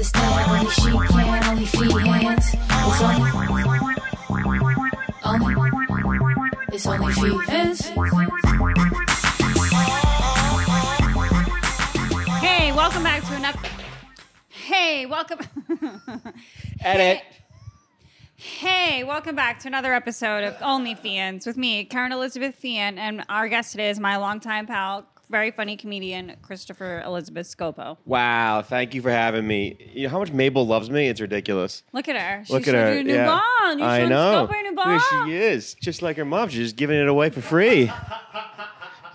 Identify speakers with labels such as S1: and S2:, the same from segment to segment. S1: Only she can, only she hands. It's only, only, it's only she hands.
S2: Hey, welcome back to another. Hey, welcome.
S3: Edit.
S2: hey, welcome back to another episode of Only Fians with me, Karen Elizabeth Fian, and our guest today is my longtime pal, very funny comedian Christopher Elizabeth Scopo.
S3: Wow, thank you for having me. You know how much Mabel loves me? It's ridiculous.
S2: Look at her. She
S3: Look
S2: showed
S3: at her.
S2: You a new
S3: yeah.
S2: bong. You
S3: I
S2: showed
S3: know.
S2: Scopo a new
S3: There
S2: bong.
S3: she is, just like her mom. She's just giving it away for free.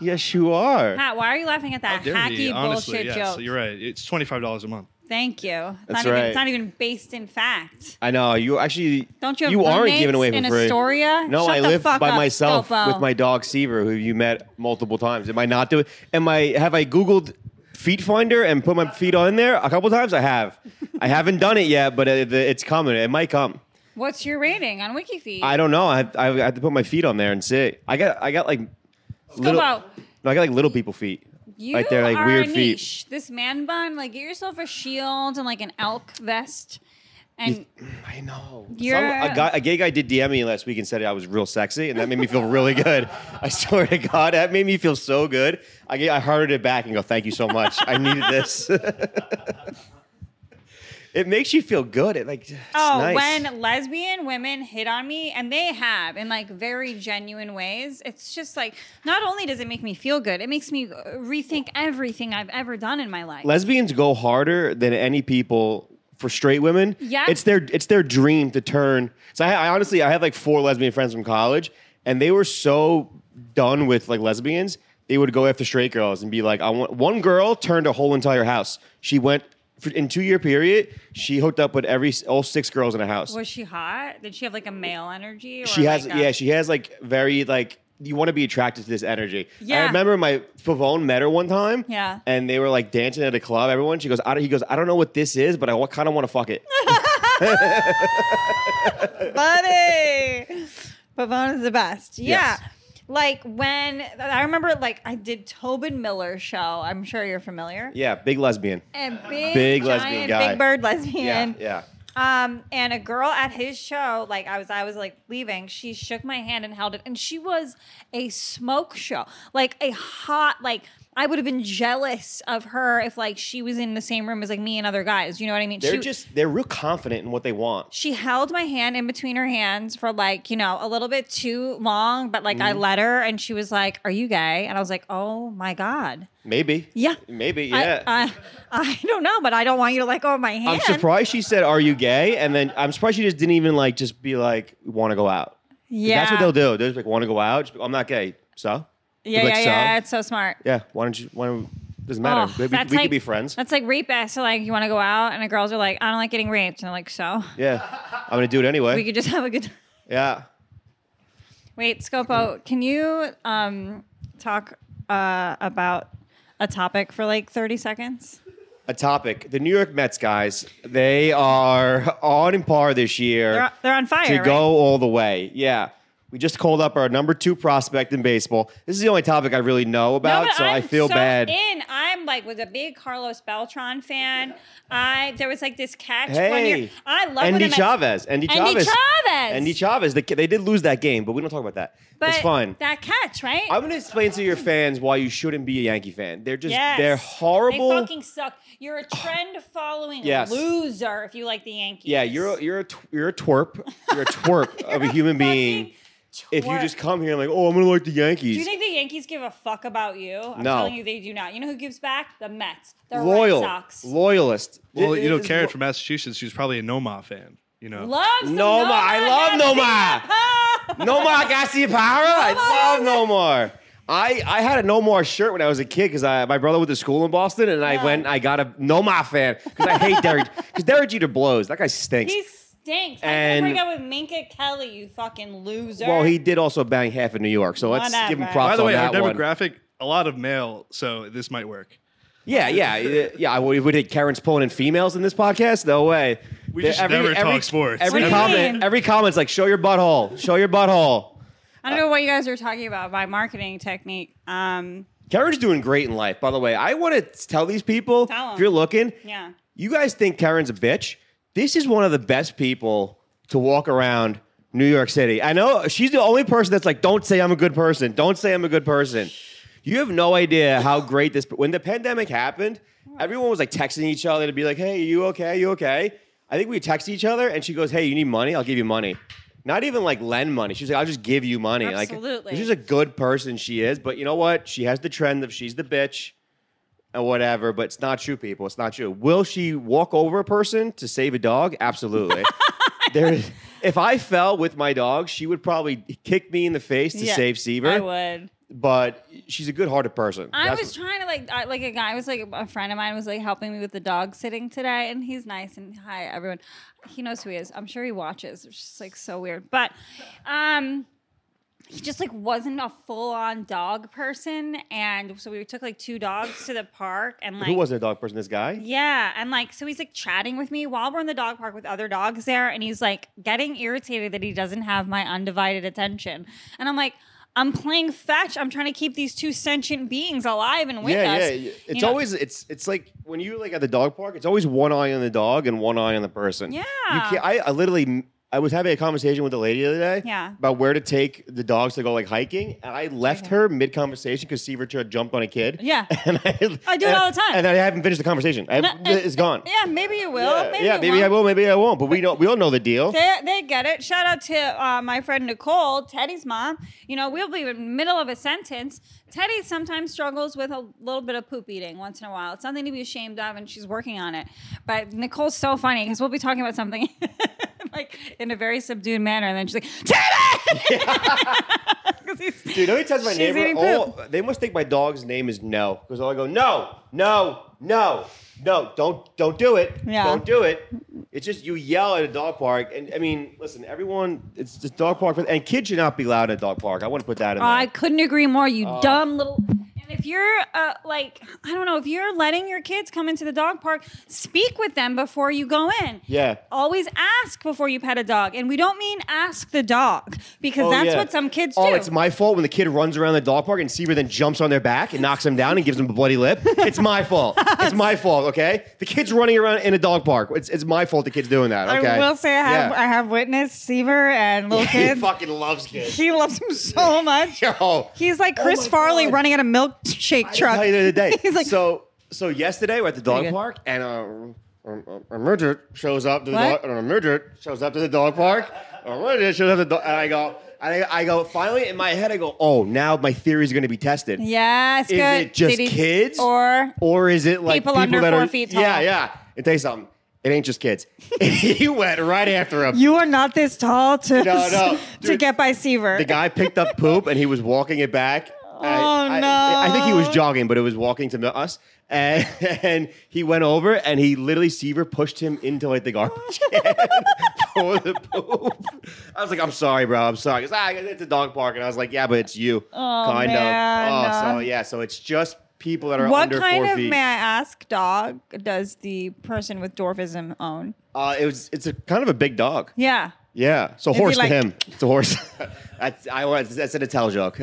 S3: yes, you are.
S2: Pat, why are you laughing at
S3: Oh,
S2: that
S4: Dare
S2: hacky
S4: you, honestly,
S2: bullshit
S4: yes,
S2: joke?
S4: You're right. It's twenty five dollars a month.
S2: Thank you. It's
S3: That's
S2: not Even,
S3: right.
S2: it's not even based in fact.
S3: I know. You actually
S2: Don't you have
S3: aren't
S2: roommates
S3: giving away for
S2: in
S3: free.
S2: Astoria?
S3: No,
S2: Shut
S3: I
S2: the
S3: live
S2: fuck
S3: by
S2: up,
S3: myself
S2: Scopo.
S3: with my dog Seaver, who you met multiple times. Am I not doing? Am I? Have I Googled Feet Finder and put my feet on there a couple times? I have. I haven't done it yet, but it, it's coming. It might come.
S2: What's your rating on WikiFeed?
S3: I don't know. I have, I have to put my feet on there and see. I got I got like little.
S2: out.
S3: No, I got like little people feet.
S2: You
S3: right there, like
S2: are
S3: weird
S2: a
S3: feet.
S2: niche. This man bun, like get yourself a shield and like an elk vest. And
S3: I know.
S2: You're-
S3: Some- a, guy, a gay guy did DM me last week and said I was real sexy, and that made me feel really good. I swear to God, that made me feel so good. I get, I hearted it back and go, "Thank you so much. I needed this." it makes you feel good. It like it's
S2: oh,
S3: nice.
S2: when lesbian women hit on me, and they have in like very genuine ways, it's just like not only does it make me feel good, it makes me uh, rethink everything I've ever done in my life.
S3: lesbians go harder than any people for straight women.
S2: Yeah.
S3: it's their it's their dream to turn. So I, I honestly I had like four lesbian friends from college, and they were so done with like lesbians. They would go after straight girls and be like, I want one girl turned a whole entire house. She went for, in two year period. She hooked up with every all six girls in a house.
S2: Was she hot? Did she have like a male energy? Or
S3: She has,
S2: like a-
S3: yeah, she has like very like you want to be attracted to this energy. I
S2: Yeah.
S3: remember my Favone met her one time.
S2: Yeah.
S3: and they were like dancing at a club. Everyone, she goes, I don't, he goes, I don't know what this is, but I kind of want to fuck it.
S2: buddy. Pavone is the best. Yeah.
S3: Yes.
S2: Like when I remember, like I did Tobin Miller's show. I'm sure you're familiar.
S3: yeah, big lesbian.
S2: And big,
S3: Big
S2: giant,
S3: lesbian guy.
S2: big bird
S3: Yeah,
S2: lesbian.
S3: yeah.
S2: Um, and a girl at his show, like I was, I was like leaving. She shook my hand and held it, and she was a smoke show, like a hot, like I would have been jealous of her if like she was in the same room as like me and other guys. You know what I mean?
S3: They're
S2: She-
S3: just they're real confident in what they want.
S2: she held my hand in between her hands for like you know a little bit too long but like
S3: Mm-hmm.
S2: i let her and she was like are you gay and i was like oh my god
S3: Maybe.
S2: Yeah.
S3: Maybe.
S2: I-
S3: Yeah. I,
S2: i i, don't know but i don't want you to let go of my hand
S3: am surprised she said, "Are you gay?" And then I'm surprised she just didn't even like just be like, "Want to go out." 'Cause
S2: yeah
S3: That's what they'll do. They're just like, "Want to go out?" Just be, I'm not gay. So.
S2: yeah
S3: Be like,
S2: yeah
S3: "So?"
S2: yeah it's so smart
S3: Yeah, why don't you? Why don't, doesn't matter.
S2: Oh,
S3: we we,
S2: that's
S3: we
S2: like-
S3: could be friends.
S2: That's like rapists. So like, you want to go out, and the girls are like, "I don't like getting raped," and they're like, "So
S3: Yeah, I'm gonna do it anyway.
S2: we could just have a good."
S3: yeah,
S2: Wait, Scopo, can you um, talk uh, about a topic for like thirty seconds?
S3: a topic. The New York Mets guys, they are on par this year.
S2: They're, they're on fire.
S3: to
S2: right?
S3: go all the way. Yeah. We just called up our number two prospect in baseball. This is the only topic I really know about,
S2: but
S3: so i
S2: I'm
S3: feel
S2: so
S3: bad.
S2: In, I'm like was a big Carlos Beltran fan. I there was like this catch one year.
S3: Hey,
S2: I love when
S3: Andy
S2: the Mets-
S3: Chavez. Andy
S2: Andy
S3: Chavez.
S2: Chavez.
S3: Andy Chavez. The, they did lose that game, but we don't talk about that.
S2: But
S3: it's fine.
S2: That catch, right?
S3: I'm gonna explain to your fans why you shouldn't be a Yankee fan. They're just
S2: Yes.
S3: they're horrible.
S2: They fucking suck. You're a trend following
S3: Yes.
S2: loser if you like the Yankees.
S3: Yeah, you're a, you're a tw- you're a twerp. You're a twerp of a human being. If you
S2: twerp.
S3: just come here and like, oh, I'm gonna like the Yankees.
S2: Do you think the Yankees give a fuck about you? I'm
S3: No.
S2: telling you, they do not. You know who gives back? The Mets. The
S3: Loyal,
S2: Red Sox.
S3: loyalist.
S4: Well,
S3: It-
S4: you know,
S3: it's-
S4: Karen from Massachusetts, she's probably a Noma fan. You know,
S2: Loves the
S3: Nomar. I love
S2: Nomar. Garcia.
S3: Nomar Gassiapara. I
S2: Nomar.
S3: love Nomar. I, I had a Nomar shirt when I was a kid because my brother went to school in Boston and I
S2: Yeah.
S3: went I got a Nomar fan because I hate Derek because Derek Jeter blows that guy stinks.
S2: He stinks. And
S3: And-
S2: break up with Minka Kelly, you fucking loser.
S3: well, he did also bang half of New York, so let's give him
S2: Whatever.
S3: props
S4: by the way,
S3: on
S4: our
S3: that one.
S4: demographic, a lot of male, so this might work.
S3: Yeah, yeah, yeah. yeah, We, we did Karen's pulling in females in this podcast. No way.
S4: We just never talk sports.
S3: Every
S2: What do you mean?
S3: comment, every comment's like, "Show your butthole, show your butthole."
S2: I don't know what you guys are talking about by marketing technique. Um,
S3: Karen's doing great in life, by the way. I want to tell these people,
S2: Tell 'em.
S3: if you're looking,
S2: yeah.
S3: you guys think Karen's a bitch. This is one of the best people to walk around New York City. I know she's the only person that's like, don't say I'm a good person. Don't say I'm a good person. You have no idea how great this. When the pandemic happened, everyone was like texting each other to be like, hey, you okay? You okay? I think we text each other and she goes, hey, you need money? I'll give you money. Not even like lend money. She's like, I'll just give you money.
S2: Absolutely.
S3: Like, she's a good person, she is. But you know what? She has the trend of she's the bitch and whatever, but it's not you, people. It's not you. Will she walk over a person to save a dog? Absolutely. there is, if I fell with my dog, she would probably kick me in the face to
S2: Yeah,
S3: save Seaver.
S2: I would.
S3: But she's a good hearted person.
S2: I
S3: That's-
S2: was trying to like, I, like a guy was like a friend of mine was like helping me with the dog sitting today, and he's nice and hi everyone. He knows who he is. I'm sure he watches. It's just like so weird, but um, he just like wasn't a full on dog person, and so we took like two dogs to the park, and like
S3: who wasn't a dog person? This guy?
S2: Yeah, and like so he's like chatting with me while we're in the dog park with other dogs there, and he's like getting irritated that he doesn't have my undivided attention, and I'm like. I'm playing fetch. I'm trying to keep these two sentient beings alive and with
S3: yeah,
S2: us.
S3: yeah,
S2: you
S3: yeah. It's
S2: know?
S3: always it's it's like when you like at the dog park, it's always one eye on the dog and one eye on the person.
S2: Yeah.
S3: You can't, I, I literally I was having a conversation with a lady the other day
S2: Yeah.
S3: about where to take the dogs to go like hiking, and I left her mid conversation because Seaver tried to jump on a kid.
S2: Yeah.
S3: and I,
S2: I do it
S3: and-
S2: all the time.
S3: and I haven't finished the conversation. I,
S2: No, and-
S3: it's gone.
S2: Yeah, maybe you will.
S3: yeah,
S2: maybe
S3: yeah,
S2: you
S3: maybe I
S2: won't.
S3: will, maybe I won't. But we know we all know the deal.
S2: They, they get it. Shout out to uh, my friend Nicole, Teddy's mom. You know, we'll be in the middle of a sentence. Teddy sometimes struggles with a little bit of poop eating once in a while. It's something to be ashamed of, and she's working on it. But Nicole's so funny because we'll be talking about something like in a very subdued manner, and then she's like, Teddy! 'Cause he's-
S3: Dude, let me tell you my
S2: she's
S3: neighbor.
S2: eating
S3: All,
S2: poop.
S3: they must think my dog's name is No because all I go No, No, No, No. Don't don't do it.
S2: Yeah.
S3: Don't do it. It's just you yell at a dog park, and I mean, listen, everyone. It's just dog park, and kids should not be loud at dog park. I want to put that in.
S2: I
S3: there.
S2: couldn't agree more. You
S3: Oh.
S2: dumb little. And if you're uh, like, I don't know, if you're letting your kids come into the dog park, speak with them before you go in.
S3: Yeah.
S2: Always ask before you pet a dog, and we don't mean ask the dog because
S3: Oh,
S2: that's
S3: yeah.
S2: what some kids
S3: oh,
S2: do.
S3: it's my fault when the kid runs around the dog park and Seaver then jumps on their back and knocks them down and gives them a bloody lip. It's my fault. It's my fault. Okay, the kid's running around in a dog park. It's, it's my fault. The kid's doing that. Okay.
S2: I will say I have,
S3: Yeah.
S2: I have witnessed Seaver and little
S3: he
S2: kids.
S3: fucking loves kids.
S2: he loves him so much.
S3: Yo.
S2: He's like
S3: Oh
S2: Chris
S3: my
S2: Farley
S3: God.
S2: running at a milkshake truck.
S3: I tell you the other day.
S2: He's like,
S3: so so yesterday we're at the
S2: Pretty
S3: dog
S2: good.
S3: park and um, um, um, a murder shows up to the
S2: What?
S3: dog. A murder shows up to the dog park. A murder shows up to the dog, and I go. I, I go finally in my head. I go, oh, now my theory is going to be tested.
S2: yes,
S3: Is
S2: good.
S3: it just
S2: Did he-
S3: kids,
S2: or
S3: or is it like
S2: people
S3: people,
S2: under
S3: that
S2: four
S3: are,
S2: feet
S3: Yeah,
S2: tall?
S3: yeah. And tell you something, it ain't just kids. he went right after him.
S2: You are not this tall to
S3: No, no.
S2: to
S3: Dude,
S2: get by Seaver.
S3: the guy picked up poop and he was walking it back. Oh I, I-
S2: no.
S3: I think he was jogging, but it was walking to us. And, and he went over and he literally Seaver pushed him into like the garbage can for the poop. I was like, I'm sorry, bro. I'm sorry. He's, ah, it's a dog park, and I was like, yeah, but it's you, kind
S2: Oh, man.
S3: of. Oh, so yeah, so it's just people that are
S2: what
S3: under
S2: kind
S3: four
S2: of
S3: feet.
S2: may I ask dog does the person with dwarfism own?
S3: Uh, it was. It's a kind of a big dog.
S2: Yeah.
S3: Yeah. So
S2: he
S3: horse
S2: like-
S3: to him. It's a horse. That's I was. That's an Italian joke.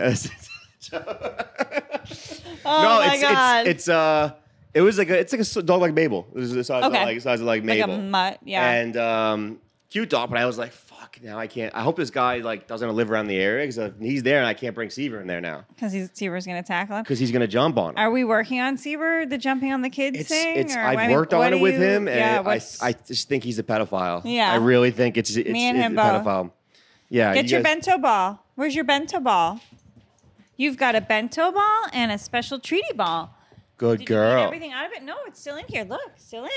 S2: Oh
S3: no,
S2: my
S3: it's,
S2: god.
S3: it's it's uh, it was like a it's like a s- dog like Mabel. It was the size
S2: Okay.
S3: of like size of like
S2: Like a
S3: Mabel,
S2: mutt, yeah.
S3: and um, cute dog. But I was like, fuck, now I can't. I hope this guy like doesn't live around the area because he's there and I can't bring Seaver in there now
S2: because he's Seaver's gonna tackle him.
S3: because he's gonna jump on him.
S2: Are we working on Seaver, the jumping on the kids
S3: It's,
S2: thing?
S3: it's
S2: or-
S3: I've
S2: I mean,
S3: worked
S2: what
S3: on
S2: do
S3: it with
S2: you-
S3: him,
S2: yeah,
S3: and I,
S2: what's-
S3: I just think he's a pedophile.
S2: Yeah.
S3: I really think it's it's,
S2: Me and
S3: it's
S2: him
S3: a
S2: both.
S3: pedophile. Yeah,
S2: get
S3: you
S2: your
S3: guys-
S2: bento ball. Where's your bento ball? You've got a bento ball and a special treaty ball.
S3: Good
S2: Did you eat
S3: girl.
S2: everything out of it? No, it's still in here. Look, still in.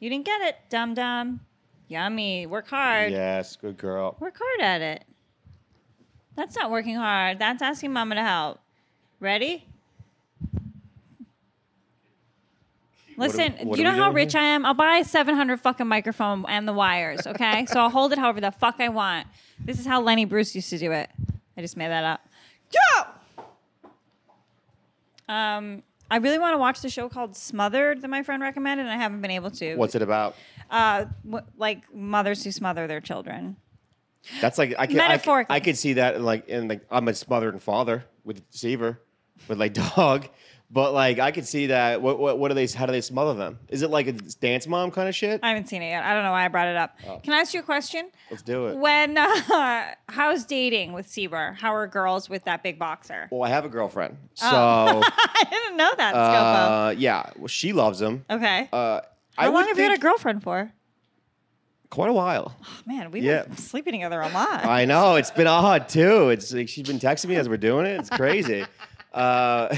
S2: You didn't get it, dum dum. Yummy. Work hard.
S3: Yes, good girl.
S2: Work hard at it. That's not working hard. That's asking mama to help. Ready? Listen,
S3: what
S2: you
S3: are
S2: know
S3: we
S2: how
S3: doing
S2: rich I am? I'll buy a 700 fucking microphone and the wires, okay? so I'll hold it however the fuck I want. This is how Lenny Bruce used to do it. I just made that up. Yo! Um, I really want to watch the show called Smothered that my friend recommended, and I haven't been able to.
S3: What's it about?
S2: Uh, wh- like mothers who smother their children.
S3: That's like I can I,
S2: Metaphorically.
S3: could- I could see that in like in like I'm a smothered father with Seaver. with like dog. But like I could see that. What what what do they? How do they smother them? Is it like a dance mom kind of shit?
S2: I haven't seen it yet. I don't know why I brought it up.
S3: Oh.
S2: Can I ask you a question?
S3: Let's do it.
S2: When uh, how's dating with Seabar? How are girls with that big boxer?
S3: well, I have a girlfriend, so
S2: Oh. I didn't know that, Scopo.
S3: uh, yeah, well, she loves him.
S2: Okay.
S3: Uh, I
S2: How long
S3: would
S2: have you had a
S3: think
S2: girlfriend for?
S3: Quite a while.
S2: Oh, man, we've
S3: Yeah.
S2: been sleeping together a lot.
S3: I know it's been odd too. It's like she's been texting me as we're doing it. It's crazy. uh,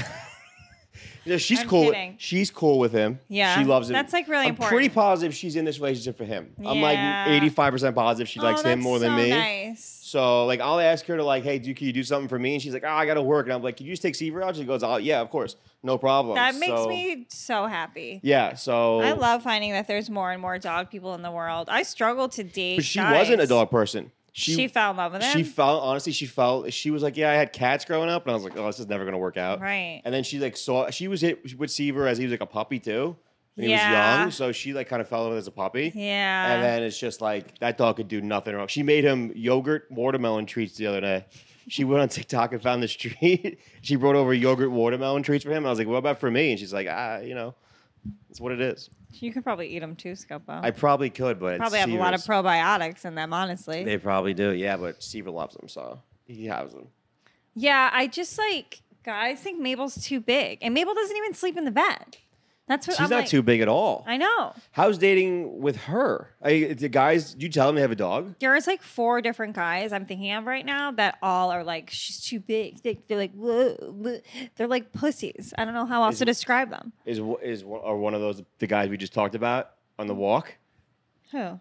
S3: you know, she's
S2: I'm
S3: cool.
S2: kidding.
S3: With, she's cool with him.
S2: Yeah,
S3: she loves him.
S2: that's, like, really
S3: I'm Pretty
S2: important.
S3: positive she's in this relationship for him. I'm
S2: Yeah.
S3: like 85 percent positive she
S2: Oh,
S3: likes him
S2: that's
S3: more than
S2: so
S3: me.
S2: Nice.
S3: So like I'll ask her to like, hey, do can you do something for me? And she's like, oh, I gotta work. And I'm like, can you just take Seaver out? She goes, oh yeah, of course, no problem.
S2: That makes
S3: So,
S2: me so happy.
S3: Yeah. So
S2: I love finding that there's more and more dog people in the world. I struggle to date.
S3: But she
S2: guys.
S3: wasn't a dog person.
S2: She, fell in love with him.
S3: She felt honestly, she felt she was like, yeah, I had cats growing up, and I was like, oh, this is never gonna work out.
S2: Right.
S3: And then she like saw she was hit with Seaver as he was like a puppy too. And he
S2: Yeah.
S3: was young, so she like kind of fell in love as a puppy.
S2: Yeah.
S3: And then it's just like that dog could do nothing wrong. She made him yogurt watermelon treats the other day. She went on TikTok and found this treat. she brought over yogurt watermelon treats for him. I was like, what about for me? And she's like, ah, you know, it's what it is.
S2: you could probably eat them too, Scopo.
S3: I probably could, but it's
S2: probably have a lot of
S3: Seaver's.
S2: probiotics in them, honestly.
S3: They probably do, yeah. But Seaver loves them, so he has them.
S2: yeah, I just like guys think Mabel's too big, and Mabel doesn't even sleep in the bed. That's what
S3: She's
S2: I'm
S3: not
S2: like,
S3: too big at all.
S2: I know.
S3: How's dating with her? I, the guys, you tell them they have a dog.
S2: There's like four different guys I'm thinking of right now that all are like, she's too big. They, they're like, whoa, whoa. they're like pussies. I don't know how else to
S3: Is-
S2: describe them.
S3: Is wh- is one- are one of those the guys we just talked about on the walk?
S2: Who?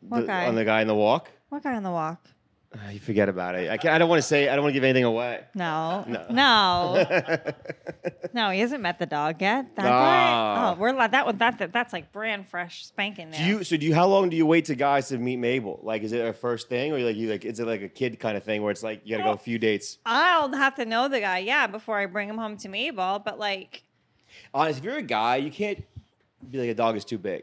S2: What
S3: The-
S2: guy?
S3: On the guy in the walk.
S2: What guy on the walk?
S3: Uh, you forget about it. I, can't, I don't want to say. I don't want to give anything away.
S2: No. No. No. he hasn't met the dog yet.
S3: Ah.
S2: That guy?
S3: No.
S2: Oh, we're like that one that, that that's like brand fresh spanking
S3: Do
S2: now.
S3: you? So do you? How long do you wait to guys to meet Mabel? Like, is it a first thing, or like you like? Is it like a kid kind of thing where it's like you got to go a few dates?
S2: I'll have to know the guy, yeah, before I bring him home to Mabel. But like
S3: Honest, if you're a guy, you can't be like a dog is too big.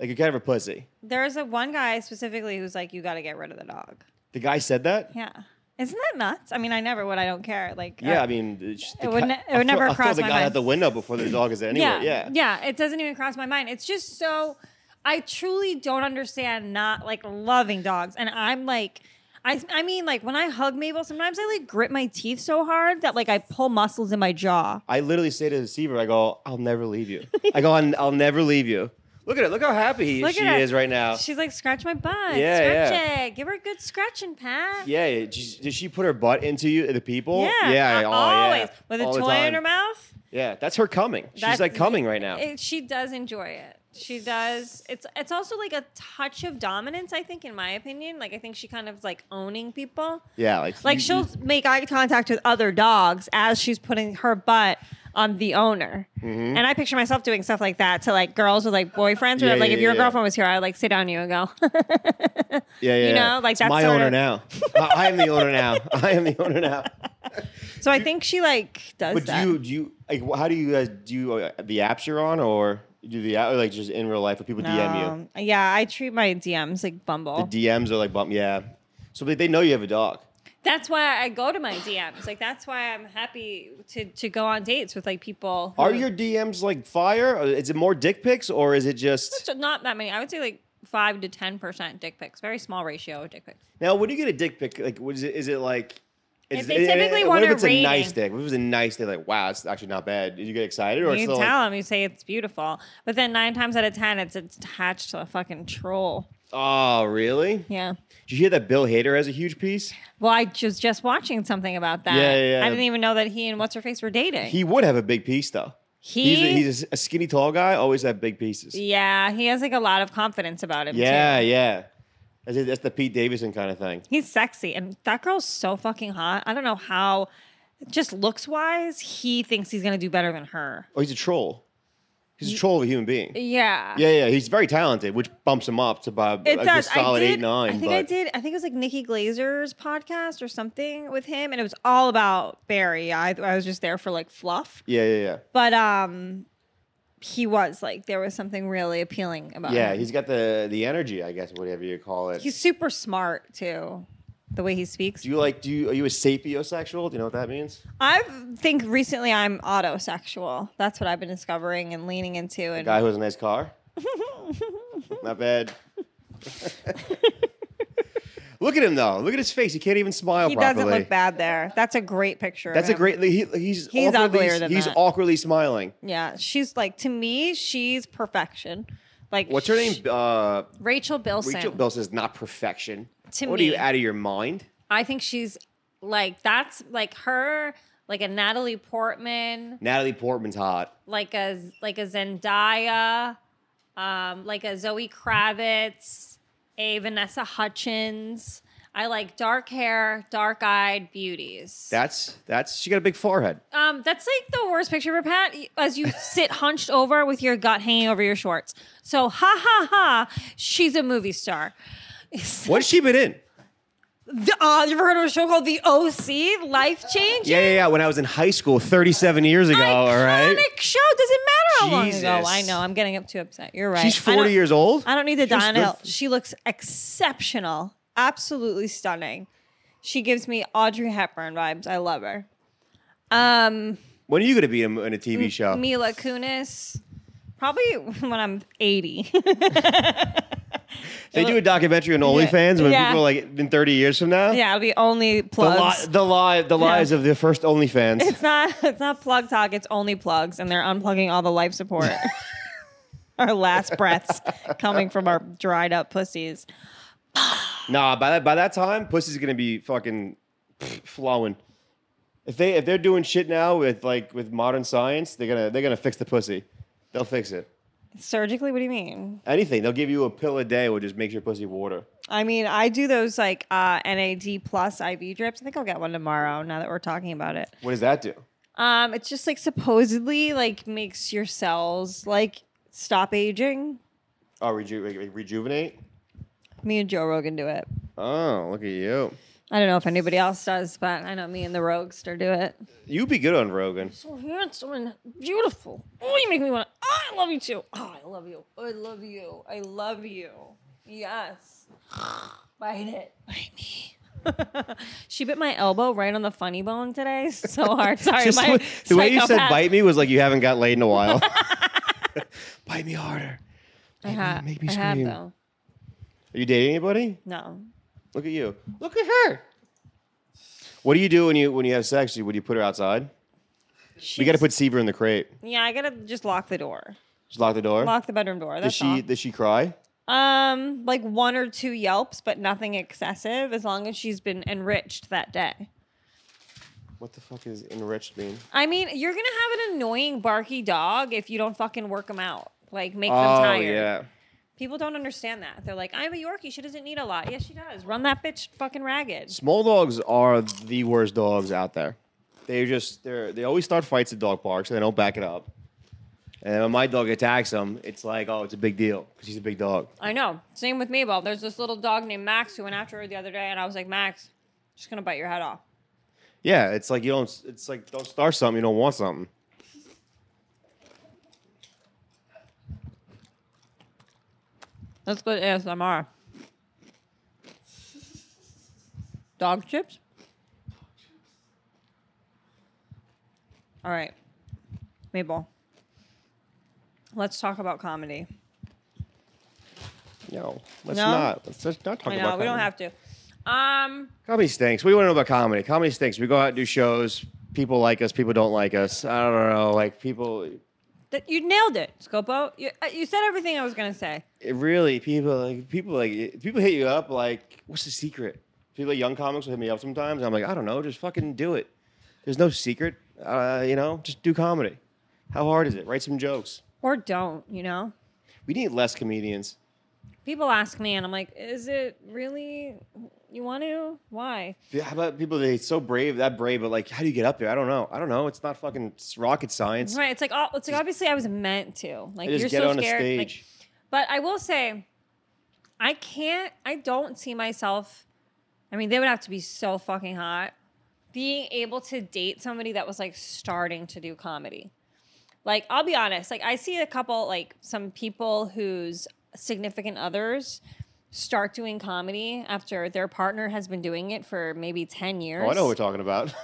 S3: Like you're kind of a pussy.
S2: there's a one guy specifically who's like, You gotta get rid of the dog.
S3: The guy said that.
S2: Yeah. Isn't that nuts? I mean, I never would, I don't care. Like
S3: Yeah,
S2: uh,
S3: I mean, it's-
S2: It would ne- it
S3: I
S2: would never
S3: I
S2: cross
S3: the
S2: my
S3: guy
S2: mind.
S3: out the window before the dog is there anyway. Yeah,
S2: yeah, yeah, It doesn't even cross my mind. It's just so I truly don't understand not like loving dogs, and I'm like. I, I mean, like when I hug Mabel, sometimes I like grit my teeth so hard that like I pull muscles in my jaw.
S3: I literally say to the receiver, I go, "I'll never leave you." I go, "I'll I'll never leave you." Look at it. Look how happy he,
S2: Look
S3: she
S2: at her.
S3: is right now.
S2: She's like, scratch my butt.
S3: Yeah,
S2: scratch
S3: yeah.
S2: it. Give her a good scratching, Pat.
S3: yeah, yeah. Did she- did she put her butt into you, the people?
S2: Yeah.
S3: yeah,
S2: I-
S3: oh,
S2: always.
S3: yeah.
S2: With a
S3: All the
S2: toy in
S3: time.
S2: her mouth.
S3: Yeah, that's her coming.
S2: That's-
S3: She's like coming right now.
S2: It, she does enjoy it. She does. It's it's also like a touch of dominance, I think, in my opinion. Like I think she kind of like owning people.
S3: yeah, like
S2: Like
S3: you-
S2: she'll
S3: you-
S2: make eye contact with other dogs as she's putting her butt on the owner. And I picture myself doing stuff like that to like girls with like boyfriends. Where
S3: Mm-hmm. Yeah,
S2: like
S3: yeah,
S2: if your
S3: yeah, yeah.
S2: girlfriend was here, I'd like sit down to you and go.
S3: yeah, yeah,
S2: you
S3: yeah.
S2: know, like,
S3: It's
S2: that's
S3: my
S2: sorta-
S3: owner now. I, I am the owner now. I am the owner now.
S2: so I think she like does
S3: But do
S2: that.
S3: you do you like? wh- How do you guys do you, uh, the apps you're on, or you do the app, or like just in real life, where people DM you?
S2: Um, yeah, I treat my DMs like Bumble.
S3: The DMs are like bump, yeah. So they, they know you have a dog.
S2: that's why I go to my DMs. Like that's why I'm happy to to go on dates with like people. who-
S3: Are your DMs like fire? Or Is it more dick pics or is it just
S2: So not that many? I would say like five to ten percent dick pics. Very small ratio of dick pics.
S3: now? When you get a dick pic, like what is it? Is it like? Is,
S2: they typically
S3: what
S2: want
S3: if
S2: a
S3: it's a nice
S2: rating.
S3: dick? What if it's a nice dick? Like wow, it's actually not bad. Did you get excited or
S2: You
S3: it's
S2: can
S3: still
S2: tell
S3: like,
S2: them. You say it's beautiful, but then nine times out of ten, it's attached to a fucking troll.
S3: oh really?
S2: Yeah.
S3: Did you hear that Bill Hader has a huge piece?
S2: Well, I was just watching something about that.
S3: Yeah, yeah, yeah.
S2: I didn't even know that he and what's her face were dating.
S3: He would have a big piece though. he's a,
S2: He-
S3: he's a skinny tall guy. Always have big pieces.
S2: yeah, he has like a lot of confidence about him.
S3: Yeah,
S2: too.
S3: yeah. That's, it- that's the Pete Davidson kind of thing.
S2: he's sexy, and that girl's so fucking hot. I don't know how. Just looks wise, he thinks he's gonna do better than her.
S3: Oh, he's a troll. He's a troll of a human being.
S2: Yeah.
S3: Yeah, yeah, he's very talented, which bumps him up to about
S2: It
S3: a
S2: does.
S3: solid
S2: I did,
S3: eight nine.
S2: I think
S3: but
S2: I did. I think it was like Nikki Glazer's podcast or something with him, and it was all about Barry. I, I was just there for like fluff,
S3: Yeah, yeah, yeah.
S2: but um, he was like there was something really appealing about
S3: Yeah,
S2: him.
S3: he's got the the energy, I guess, whatever you call it.
S2: he's super smart too. the way he speaks.
S3: Do you like? Do you are you a sapiosexual? Do you know what that means?
S2: I think recently I'm autosexual. That's what I've been discovering and leaning into. And
S3: Guy who has a nice car. Not bad. look at him though. Look at his face. He can't even smile
S2: he
S3: properly.
S2: doesn't look bad there. That's a great picture. of
S3: That's a
S2: him.
S3: great. He,
S2: He's
S3: he's awkwardly,
S2: uglier than
S3: he's
S2: that.
S3: awkwardly smiling.
S2: Yeah, she's like to me, she's perfection. Like
S3: What's her
S2: sh-
S3: name? Uh,
S2: Rachel Bilson.
S3: Rachel Bilson is not perfection.
S2: To
S3: what are you
S2: me.
S3: out of your mind?
S2: I think she's like that's like her, like a Natalie Portman,
S3: Natalie Portman's hot.
S2: like a like a Zendaya, um, like a Zoe Kravitz, a Vanessa Hutchins. I like dark hair, dark eyed beauties.
S3: That's that's. She got a big forehead.
S2: Um, that's like the worst picture ever, Pat. As you sit hunched over with your gut hanging over your shorts. So ha ha ha, she's a movie star.
S3: What's she been in?
S2: The- uh, you ever heard of a show called The OC? Life Change?
S3: Yeah, yeah, yeah. When I was in high school, thirty-seven years ago. all right.
S2: Iconic show. Doesn't matter how long ago.
S3: Jesus.
S2: I know. I'm getting up too upset. You're right.
S3: She's
S2: I don't-
S3: forty years old.
S2: I don't need the
S3: She was good
S2: Donnell.
S3: f-
S2: She looks exceptional. Absolutely stunning. She gives me Audrey Hepburn vibes. I love her. Um,
S3: When are you going to be in, in a
S2: Mm,
S3: TV show?
S2: Mila Kunis. Probably when I'm 80.
S3: They do a documentary on OnlyFans when
S2: Yeah.
S3: people are like in 30 years from now.
S2: yeah, it'll be only
S3: The,
S2: plugs.
S3: li- the, li- the lies of the first OnlyFans.
S2: It's not it's not plug talk, it's only plugs, and they're unplugging all the life support. our last breaths coming from our dried up pussies.
S3: nah, by that by that time, pussy's gonna be fucking pff, flowing. If they if they're doing shit now with like with modern science, they're gonna they're gonna fix the pussy. They'll fix it.
S2: Surgically, what do you mean?
S3: Anything. They'll give you a pill a day will just make your pussy water.
S2: I mean, I do those like uh, NAD plus IV drips. I think I'll get one tomorrow now that we're talking about it.
S3: What does that do?
S2: Um, it's just like supposedly like makes your cells like stop aging.
S3: Oh, reju- re- rejuvenate.
S2: Me and Joe Rogan do it.
S3: Oh, look at you.
S2: I don't know if anybody else does, but I know me and the Roguester do it.
S3: You'd be good on Rogan.
S2: So handsome and beautiful. Oh, you make me want to. I love you too. Oh, I love you. I love you. I love you. Yes. Bite it. Bite me. she bit my elbow right on the funny bone today. So hard. Sorry,
S3: Just
S2: my
S3: the way you said
S2: psychopath-
S3: "bite me" was like you haven't got laid in a while. bite me harder.
S2: I have.
S3: make me
S2: I have
S3: scream.
S2: though.
S3: Are you dating anybody?
S2: No.
S3: Look at you. Look at her. What do you do when you when you have sex? You- Would you put her outside? We got to
S2: She's-
S3: put Seaver in the crate.
S2: Yeah, I gotta just lock the door.
S3: Just lock the door.
S2: Lock the bedroom door.
S3: does
S2: That's
S3: she does she cry?
S2: all. Um, like one or two yelps, but nothing excessive. As long as she's been enriched that day.
S3: What the fuck is enriched mean?
S2: I mean, you're gonna have an annoying barky dog if you don't fucking work them out. Like make
S3: oh
S2: them tired.
S3: yeah.
S2: People don't understand that. They're like, I'm a Yorkie. She doesn't need a lot. Yes, she does. Run that bitch fucking ragged.
S3: Small dogs are the worst dogs out there. They just they're they always start fights at dog parks and they don't back it up. And when my dog attacks them, it's like oh it's a big deal because he's a big dog.
S2: I know. Same with Mabel. There's this little dog named Max who went after her the other day, and I was like, Max, she's gonna bite your head off.
S3: Yeah, it's like you don't. It's like don't start something you don't want something.
S2: That's good ASMR. Dog chips? All right. Mabel. Let's talk about comedy.
S3: No, let's
S2: No?
S3: not. Let's just not talk
S2: I
S3: about.
S2: know, we don't
S3: comedy.
S2: have to. Um,
S3: Comedy stinks. What do you want to know about comedy? Comedy stinks. We go out and do shows. People like us. People don't like us. I don't know. Like people,
S2: that you nailed it, Scopo. You, uh, you said everything I was gonna say.
S3: it really people like people like people hit you up. Like, what's the secret? People young comics will hit me up sometimes. I'm like, I don't know. Just fucking do it. There's no secret. Uh, you know, just do comedy. How hard is it? Write some jokes.
S2: Or don't, you know?
S3: We need less comedians.
S2: People ask me, and I'm like, is it really? You want to? Why?
S3: Yeah, How about people? They so brave, that brave, but like, how do you get up there? I don't know. I don't know. It's not fucking rocket science.
S2: Right? It's like, oh, it's like obviously I was meant to. Like
S3: I just
S2: you're
S3: get
S2: so
S3: on a
S2: scared. like-
S3: stage.
S2: But I will say, I can't, I don't see myself. I mean, they would have to be so fucking hot being able to date somebody that was like starting to do comedy. Like, I'll be honest, like, I see a couple, like, some people whose significant others
S5: start doing comedy after their partner has been doing it for maybe 10 years.
S3: Oh, I know what we're talking about.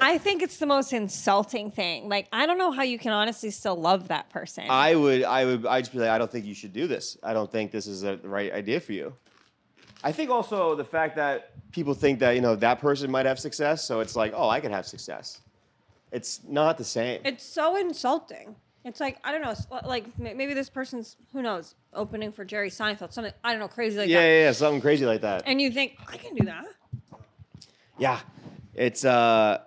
S5: I think it's the most insulting thing. Like, I don't know how you can honestly still love that person.
S3: I would, I would, I just be like, I don't think you should do this. I don't think this is a, the right idea for you. I think also the fact that people think that you know that person might have success, so it's like, oh, I could have success. It's not the same.
S2: It's so insulting. It's like I don't know, it's li- like m- maybe this person's who knows opening for Jerry Seinfeld, something I don't know, crazy like
S3: yeah,
S2: that.
S3: yeah, yeah, something crazy like that.
S2: And you think I can do that?
S3: yeah, it's uh,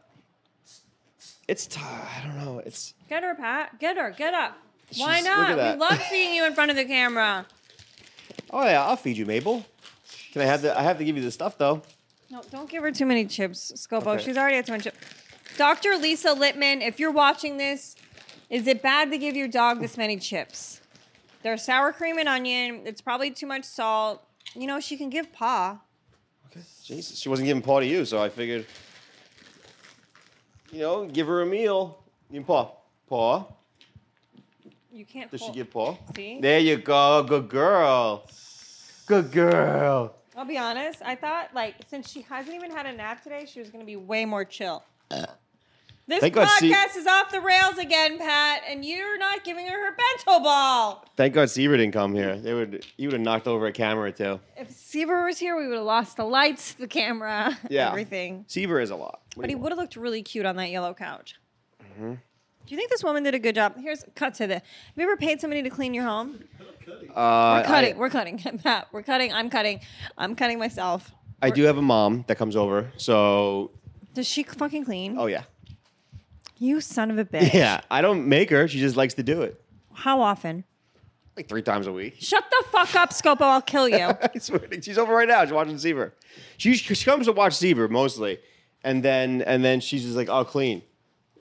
S3: it's t- I don't know. It's
S2: Get her, Pat. Get her. Get up. Why
S3: She's- look at
S2: not?
S3: that.
S2: We love seeing you in front of the camera.
S3: oh yeah, I'll feed you, Mabel. Can I have the? I have to give you the stuff though.
S2: No, don't give her too many chips, Scopo.
S3: Okay.
S2: She's already had too many chips. Dr. Lisa Littman, if you're watching this, is it bad to give your dog this many chips? They're sour cream and onion. It's probably too much salt. You know, she can give paw.
S3: Jesus, she wasn't giving paw to you, so I figured, you know, give her a meal. You paw, paw.
S2: You can't.
S3: Does she
S2: pull-
S3: give paw?
S2: See?
S3: There you go, good girl. Good girl.
S2: I'll be honest. I thought like since she hasn't even had a nap today, she was gonna be way more chill. This
S3: Uh, Thank God
S2: podcast
S3: she-
S2: is off the rails again, Pat, and you're not giving her her bento ball.
S3: Thank God Seaver didn't come here. They would, you would have knocked over a camera or two.
S2: If Seaver was here, we would have lost the lights, the camera,
S3: Yeah.
S2: everything.
S3: Seaver is a lot.
S2: But he would have looked really cute on that yellow couch.
S3: Mm-hmm.
S2: Do you think this woman did a good job? Here's cut to the. Have you ever paid somebody to clean your home?
S3: Uh,
S2: We're cutting. we're cutting. Pat, we're cutting. I'm cutting. I'm cutting myself.
S3: I, I do have a mom that comes over, so
S2: Does she fucking clean?
S3: oh yeah,
S2: You son of a bitch.
S3: yeah. I don't make her; she just likes to do it,
S2: How often?
S3: like three times a week.
S2: Shut the fuck up, Scopo. I'll kill you.
S3: I swear, to- she's over right now. She's watching Seaver. She, she comes to watch Seaver mostly, and then and then she's just like, "I'll clean,"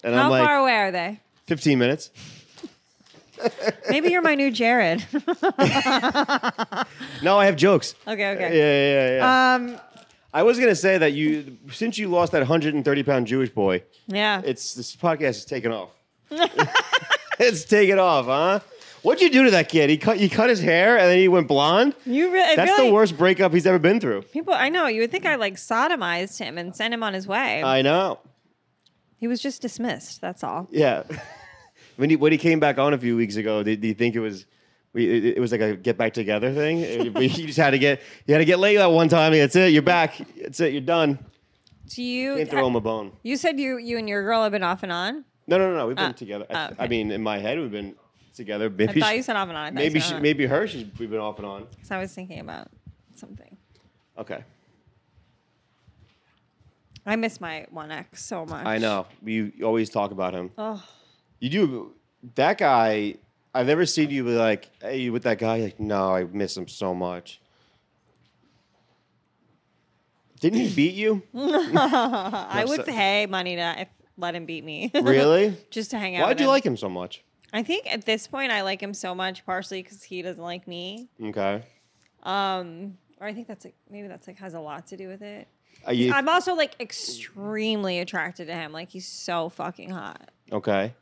S3: and
S2: How
S3: I'm like,
S2: far away are they?
S3: "15 minutes."
S2: Maybe you're my new Jared.
S3: No, I have jokes.
S2: okay,
S3: Yeah,
S2: okay.
S3: yeah, yeah. yeah.
S2: Um,
S3: I was gonna say that you, since you lost that 130 pound Jewish boy,
S2: yeah.
S3: it's this podcast is taking off. it's taking off, huh? What'd you do to that kid? He cut, he cut his hair and then he went blonde.
S2: you re- it
S3: That's
S2: really,
S3: the worst breakup he's ever been through.
S2: People, I know. You would think I like sodomized him and sent him on his way.
S3: I know.
S2: he was just dismissed. That's all.
S3: Yeah. when he when he came back on a few weeks ago, did, do you think it was? We, it, it was like a get back together thing. you just had to get you had to get laid that one time. That's it. You're back. That's it. You're done.
S2: Do you?
S3: Can't throw him a bone.
S2: you said you you and your girl have been off and on.
S3: No, no, no. no. We've been
S2: Ah,
S3: together. I,
S2: ah,
S3: th-
S2: okay.
S3: I mean, in my head, we've been together.
S2: I
S3: Maybe
S2: thought
S3: she-
S2: you said off and on. I thought you
S3: maybe
S2: said
S3: she,
S2: on.
S3: maybe her. She's, we've been off and on.
S2: 'Cause I was thinking about something.
S3: Okay.
S2: I miss my one ex so much.
S3: I know. You you always talk about him.
S2: Oh,
S3: You do. That guy, I've never seen you be like, hey, you with that guy? You're like, no, I miss him so much. Didn't he beat you?
S2: I would
S3: so-
S2: pay money to if, let him beat me.
S3: Really?
S2: just to hang out.
S3: Why'd
S2: with
S3: you
S2: him.
S3: like him so much?
S2: I think at this point I like him so much, partially because he doesn't like me.
S3: Okay.
S2: Um, or I think that's like maybe that's like has a lot to do with it.
S3: Are Uh, you,
S2: I'm also like extremely attracted to him. Like he's so fucking hot.
S3: okay.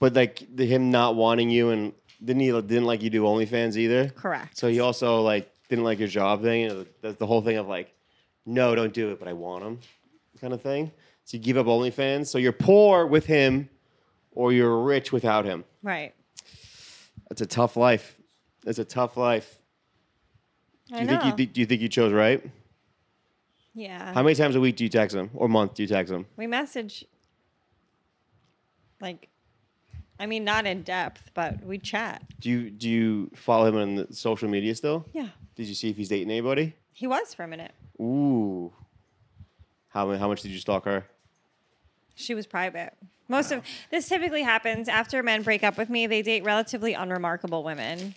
S3: But like the, him not wanting you and didn't he didn't like you do OnlyFans either?
S2: Correct.
S3: So he also like didn't like your job thing. You know, that's the whole thing of like, no, don't do it, but I want him, kind of thing. So you give up OnlyFans. So you're poor with him, or you're rich without him.
S2: Right.
S3: That's a tough life. That's a tough life. Do
S2: I
S3: you
S2: know.
S3: think you do you think you chose right?
S2: yeah.
S3: How many times a week do you text him or month do you text him?
S2: we message. Like, I mean, not in depth, but we chat.
S3: Do you do you follow him on the social media still?
S2: Yeah.
S3: Did you see if he's dating anybody?
S2: He was for a minute.
S3: Ooh. How mu- how much did you stalk her?
S2: She was private. Most of this typically happens after men break up with me. They date relatively unremarkable women.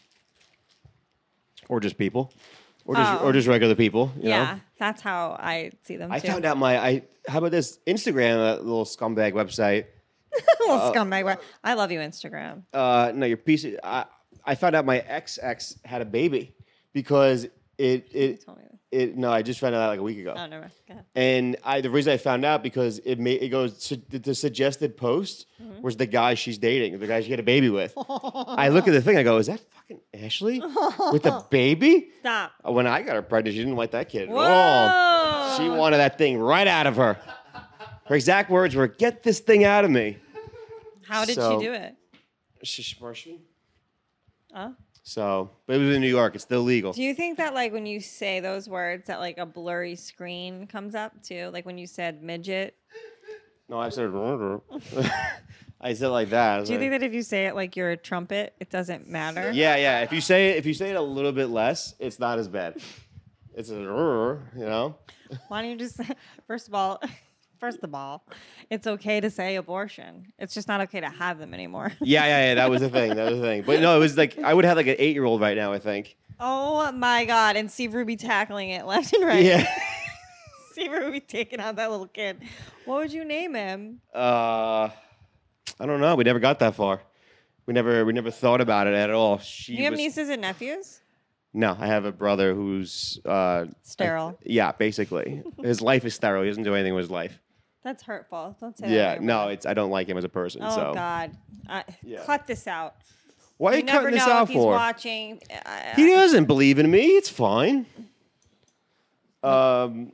S3: Or just people? Or just
S2: Oh.
S3: or just regular people? you know?
S2: Yeah, that's how I see them.
S3: I
S2: too.
S3: found out my I how about this Instagram uh, little scumbag website.
S2: Little scumbag. wa- I love you, Instagram.
S3: Uh, no, your piece. Of, I I found out my ex ex had a baby because it it
S2: Tell me this.
S3: It no, I just found out like a week ago.
S2: Oh, never mind. Go ahead.
S3: And I, the reason I found out because it made it goes su- the- the suggested post
S2: Mm-hmm.
S3: was the guy she's dating, the guy she had a baby with. I look at the thing, I go, is that fucking Ashley with a baby?
S2: Stop.
S3: Uh, When I got her pregnant, she didn't like that kid at all.
S2: Whoa.
S3: She wanted that thing right out of her. Her exact words were, "Get this thing out of me."
S2: How did
S3: So-
S2: she do it?
S3: She's Martian.
S2: Huh?
S3: So, but it was in New York. It's still legal.
S2: Do you think that like when you say those words that like a blurry screen comes up too? Like when you said midget.
S3: No, I said. I said it like that. I was
S2: Do you
S3: like-
S2: think that if you say it like you're a trumpet, it doesn't matter?
S3: Yeah, yeah. If you say it, if you say it a little bit less, it's not as bad. It's a, you know.
S2: Why don't you just first of all first of all, it's okay to say abortion. It's just not okay to have them anymore.
S3: Yeah, yeah, yeah. That was the thing. That was the thing. But no, it was like I would have like an eight year old right now. I think.
S2: Oh my god. And see Ruby tackling it left and right.
S3: Yeah.
S2: See Ruby taking out that little kid. What would you name him?
S3: Uh, I don't know. We never got that far. We never, we never thought about it at all. She
S2: Do you have
S3: was-
S2: nieces and nephews?
S3: No, I have a brother who's uh,
S2: Sterile.
S3: yeah, basically, his life is sterile. He doesn't do anything with his life.
S2: That's hurtful. Don't say
S3: Yeah,
S2: that.
S3: no, it's I don't like him as a person.
S2: Oh
S3: so
S2: God! I,
S3: Yeah.
S2: Cut this out.
S3: why are you,
S2: you never
S3: cutting
S2: know
S3: this out
S2: if he's
S3: for?
S2: watching. I-
S3: He doesn't believe in me. It's fine. Um,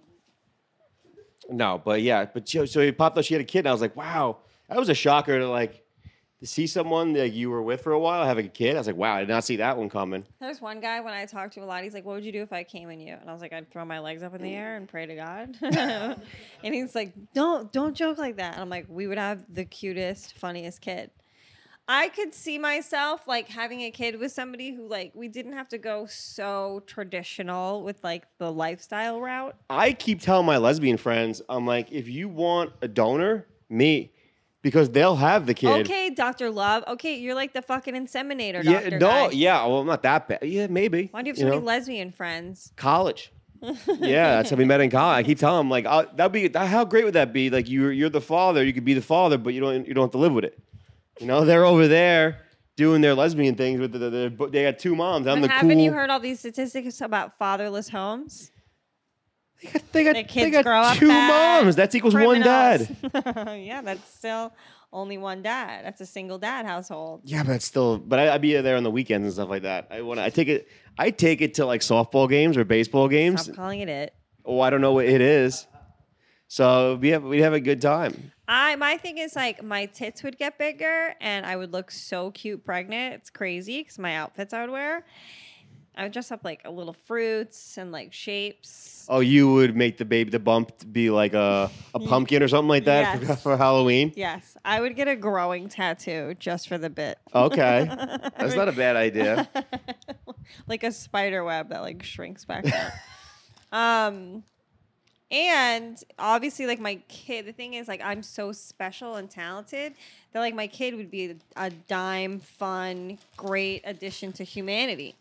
S3: no, but yeah, but so, so he popped up. She had a kid, and I was like, wow, that was a shocker to like to see someone that you were with for a while having a kid. I was like, wow, I did not see that one coming.
S2: There's one guy when I talked to him a lot. He's like, "What would you do if I came in you?" And I was like, "I'd throw my legs up in the air and pray to God." and he's like, "Don't, don't joke like that." And I'm like, "We would have the cutest, funniest kid." I could see myself like having a kid with somebody who like we didn't have to go so traditional with like the lifestyle route.
S3: I keep telling my lesbian friends, I'm like, if you want a donor, me, because they'll have the kid.
S2: Okay, Doctor Love. Okay, you're like the fucking inseminator.
S3: Yeah,
S2: doctor
S3: no,
S2: guy.
S3: yeah, well, I'm not that bad. Yeah, maybe.
S2: Why do you have so
S3: you
S2: many
S3: know?
S2: lesbian friends?
S3: college. yeah, that's how we met in college. I keep telling him like oh, that'd be that- how great would that be? Like you're you're the father, you could be the father, but you don't you don't have to live with it. You know, they're over there doing their lesbian things with the, the, the but they got two moms. I'm
S2: But
S3: the
S2: haven't
S3: cool.
S2: you heard all these statistics about fatherless homes?
S3: they got
S2: The kids
S3: they got
S2: grow up
S3: two
S2: bad,
S3: moms. That equals one dad.
S2: criminals. yeah, that's still only one dad. That's a single dad household.
S3: Yeah, but that's still. But I, I'd be there on the weekends and stuff like that. I want to. I take it. I take it to like softball games or baseball games.
S2: Stop calling it it.
S3: Oh, I don't know what it is. So we have we have a good time.
S2: I my thing is like my tits would get bigger and I would look so cute pregnant. It's crazy because my outfits I would wear. I would dress up like a little fruits and like shapes.
S3: Oh, you would make the baby the bump to be like a, a pumpkin or something like that for,
S2: Yes.
S3: for Halloween.
S2: Yes, I would get a growing tattoo just for the bit.
S3: Okay, that's not a bad idea.
S2: like a spider web that like shrinks back up. um and obviously like my kid the thing is like I'm so special and talented that like my kid would be a dime fun great addition to humanity.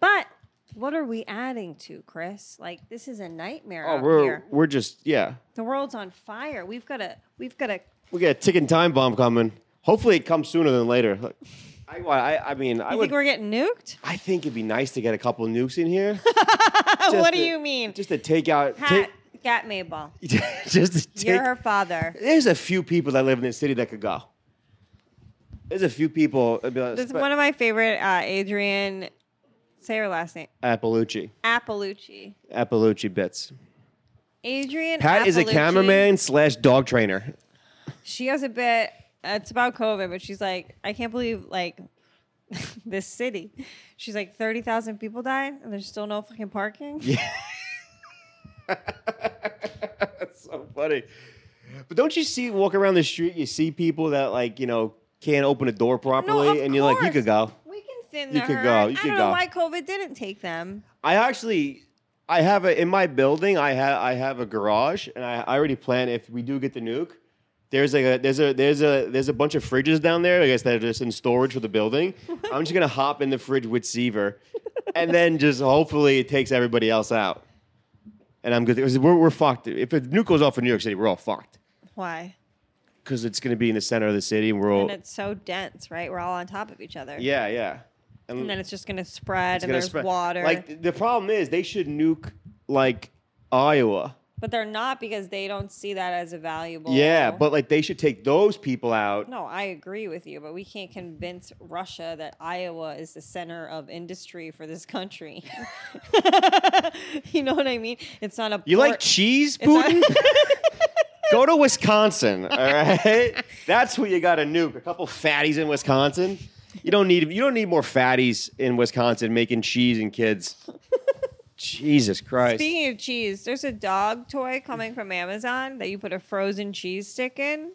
S2: But what are we adding to, Chris? Like this is a nightmare
S3: Oh,
S2: out
S3: we're
S2: here.
S3: we're just yeah,
S2: The world's on fire. We've got to we've got to
S3: we got a ticking time bomb coming. Hopefully, it comes sooner than later. Look, I wa- I, I mean I
S2: You
S3: would
S2: think we're getting nuked?
S3: I think it'd be nice to get a couple nukes in here.
S2: Oh, what
S3: Just
S2: do
S3: to-
S2: you mean?
S3: Just to take out.
S2: Pat Cat Maybell.
S3: take- just to take.
S2: You're her father.
S3: there's a few people that live in this city that could go. There's a few people. uh,
S2: This is
S3: but-
S2: one of my favorite. Uh, Adrian, say her last name.
S3: Appalucci,
S2: Appalucci.
S3: Appalucci bits.
S2: Adrian.
S3: Pat is a
S2: Appalucci.
S3: cameraman slash dog trainer.
S2: She has a bit. It's about COVID, but she's like, I can't believe like this city. She's like, thirty thousand people died, and there's still no fucking parking.
S3: That's so funny. But don't you see walk around the street, you see people that like, you know, can't open a door properly
S2: of
S3: and you're like, you could go.
S2: We can thin the
S3: You could
S2: herd.
S3: go, you
S2: I
S3: could
S2: don't
S3: go.
S2: know why COVID didn't take them.
S3: I actually I have a in my building, I have I have a garage and I, I already plan if we do get the nuke, there's like a there's a there's a there's a bunch of fridges down there, I guess that are just in storage for the building. I'm just gonna hop in the fridge with Seaver and then just hopefully it takes everybody else out. And I'm good. 'cause We're, we're fucked. If a nuke goes off in New York City, we're all fucked.
S2: Why?
S3: because it's going to be in the center of the city and we're all
S2: And it's so dense, right? We're all on top of each other.
S3: yeah yeah
S2: And then it's just gonna spread,
S3: it's
S2: and
S3: gonna
S2: there's
S3: spread.
S2: water.
S3: like the problem is they should nuke like Iowa.
S2: But they're not because they don't see that as a valuable.
S3: Yeah, but like they should take those people out.
S2: Oh. No, I agree with you, but we can't convince Russia that Iowa is the center of industry for this country. you know what I mean? It's not a.
S3: You
S2: port-
S3: like cheese,
S2: it's not-
S3: Putin? Go to Wisconsin, all right? That's where you got to nuke. A couple fatties in Wisconsin. You don't need you don't need more fatties in Wisconsin making cheese and kids. Jesus Christ.
S2: Speaking of cheese, there's a dog toy coming from Amazon that you put a frozen cheese stick in,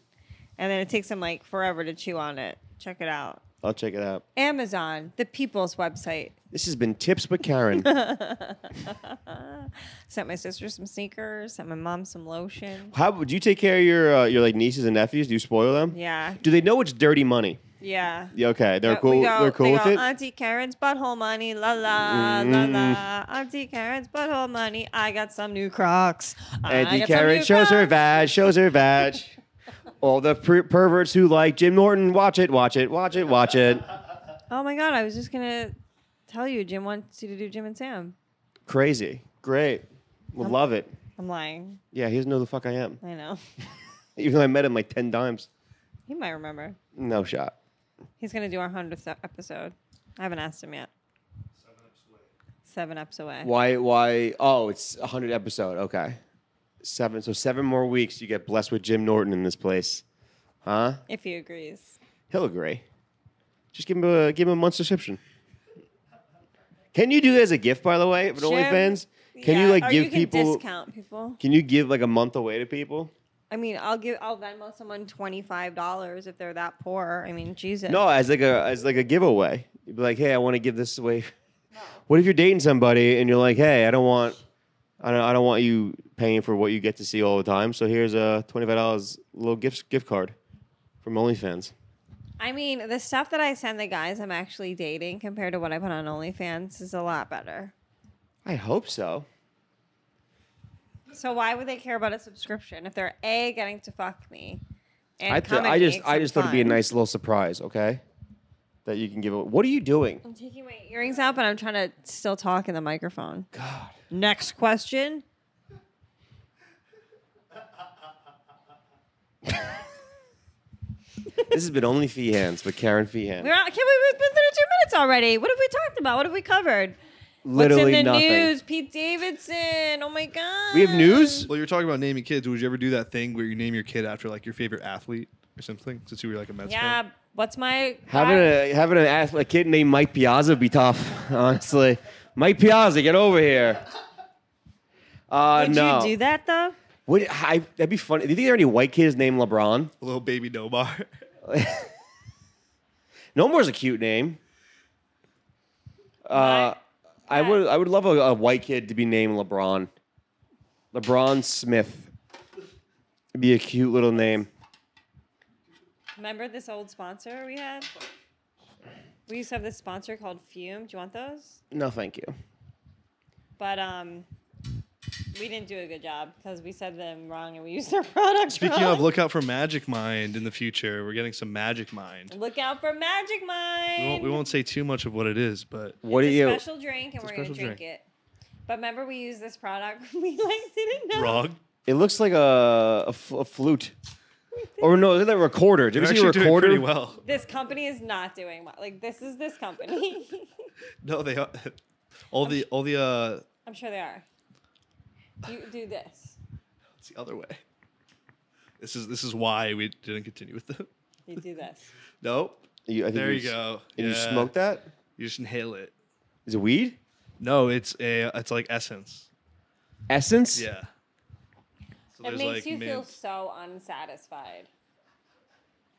S2: and then it takes them like forever to chew on it. Check it out.
S3: I'll check it out.
S2: Amazon, the people's website.
S3: This has been tips with Karen.
S2: Sent my sister some sneakers. Sent my mom some lotion.
S3: How would you take care of your uh, your like nieces and nephews? Do you spoil them?
S2: Yeah,
S3: Do they know it's dirty money?
S2: yeah.
S3: Yeah, okay, they're
S2: Uh,
S3: cool.
S2: we go-
S3: they're cool
S2: they
S3: with
S2: go,
S3: it.
S2: Auntie Karen's butthole money, la la la
S3: Mm.
S2: la. Auntie Karen's butthole money. I got some new Crocs. I
S3: Auntie
S2: got some
S3: Karen
S2: new
S3: shows her
S2: Crocs."
S3: vag, shows her vag. All the per- perverts who like Jim Norton, watch it, watch it, watch it, watch it.
S2: Oh my god! I was just gonna tell you, Jim wants you to do Jim and Sam.
S3: Crazy, great, would love it.
S2: I'm lying.
S3: Yeah, he doesn't know who the fuck I am.
S2: I know.
S3: Even though I met him like ten times.
S2: He might remember.
S3: No shot.
S2: He's gonna do our hundredth episode. I haven't asked him yet. Seven eps away.
S3: Why? Why? Oh, it's a hundred episode. Okay, seven. So seven more weeks. You get blessed with Jim Norton in this place, huh?
S2: If he agrees.
S3: He'll agree. Just give him a give him a month's subscription. Can you do that as a gift, by the way, for
S2: Jim,
S3: OnlyFans? Can
S2: Yeah,
S3: you like
S2: or
S3: give
S2: you can
S3: people?
S2: discount people?
S3: Can you give like a month away to people?
S2: I mean, I'll give I'll Venmo someone twenty five dollars if they're that poor. I mean, Jesus.
S3: No, as like a as like a giveaway. You'd be like, hey, I want to give this away. What if you're dating somebody and you're like, hey, I don't want, I don't, I don't want you paying for what you get to see all the time. So here's a twenty five dollars little gift gift card from OnlyFans.
S2: I mean, the stuff that I send the guys I'm actually dating compared to what I put on OnlyFans is a lot better.
S3: I hope so.
S2: So why would they care about a subscription if they're a getting to fuck me? And
S3: I, th-
S2: come at
S3: I
S2: me
S3: just I
S2: some
S3: just thought it'd be a
S2: fun?
S3: nice little surprise. Okay, that you can give. Away. What are you doing?
S2: I'm taking my earrings out, but I'm trying to still talk in the microphone. God. Next question.
S3: This has been only Feehans, but Karen Feehan.
S2: We're out. I can't believe it's been 32 minutes already. What have we talked about? What have we covered?
S3: Literally
S2: What's in the
S3: nothing.
S2: news? Pete Davidson. Oh my God.
S3: We have news.
S4: Well, you're talking about naming kids. Would you ever do that thing where you name your kid after like your favorite athlete or something? Since you were like a Mets
S2: Yeah.
S4: fan.
S2: What's my.
S3: Having a having an ath- a kid named Mike Piazza would be tough, honestly. Mike Piazza, get over here. Uh,
S2: Would
S3: no. Uh,
S2: you do that though?
S3: Would I, that'd be funny. Do you think there are any white kids named LeBron?
S4: a little baby Nobar.
S3: Nomar's a cute name. Uh, I would I would love a, a white kid to be named LeBron. LeBron Smith. It'd be a cute little name.
S2: Remember this old sponsor we had? We used to have this sponsor called Fume. Do you want those?
S3: No, thank you.
S2: But um, we didn't do a good job because we said them wrong and we used their product.
S4: Speaking
S2: wrong.
S4: of, look out for Magic Mind in the future. We're getting some Magic Mind.
S2: Look out for Magic Mind.
S4: We won't, we won't say too much of what it is, but
S3: What
S2: it's
S3: do you?
S2: a special drink, and
S4: a
S2: we're gonna
S4: special
S2: drink,
S4: drink.
S2: it. But remember, we used this product. We like didn't know.
S4: wrong.
S3: It looks like a, a, fl- a flute. Or no, is that a recorder? Did you
S4: They're
S3: ever see a
S4: actually doing
S3: recorder?
S4: pretty well.
S2: This company is not doing well. Like this is this company.
S4: No, they are. All the all the uh,
S2: I'm sure they are. You do this.
S4: it's the other way. This is this is why we didn't continue with them.
S2: You do this.
S4: Nope.
S3: You- I think
S4: There you
S3: s-
S4: go.
S3: And you
S4: Yeah.
S3: smoke that?
S4: You just inhale it.
S3: Is it weed?
S4: No, it's a it's like essence.
S3: Essence?
S4: Yeah. So
S2: It makes you feel
S4: mint.
S2: so unsatisfied.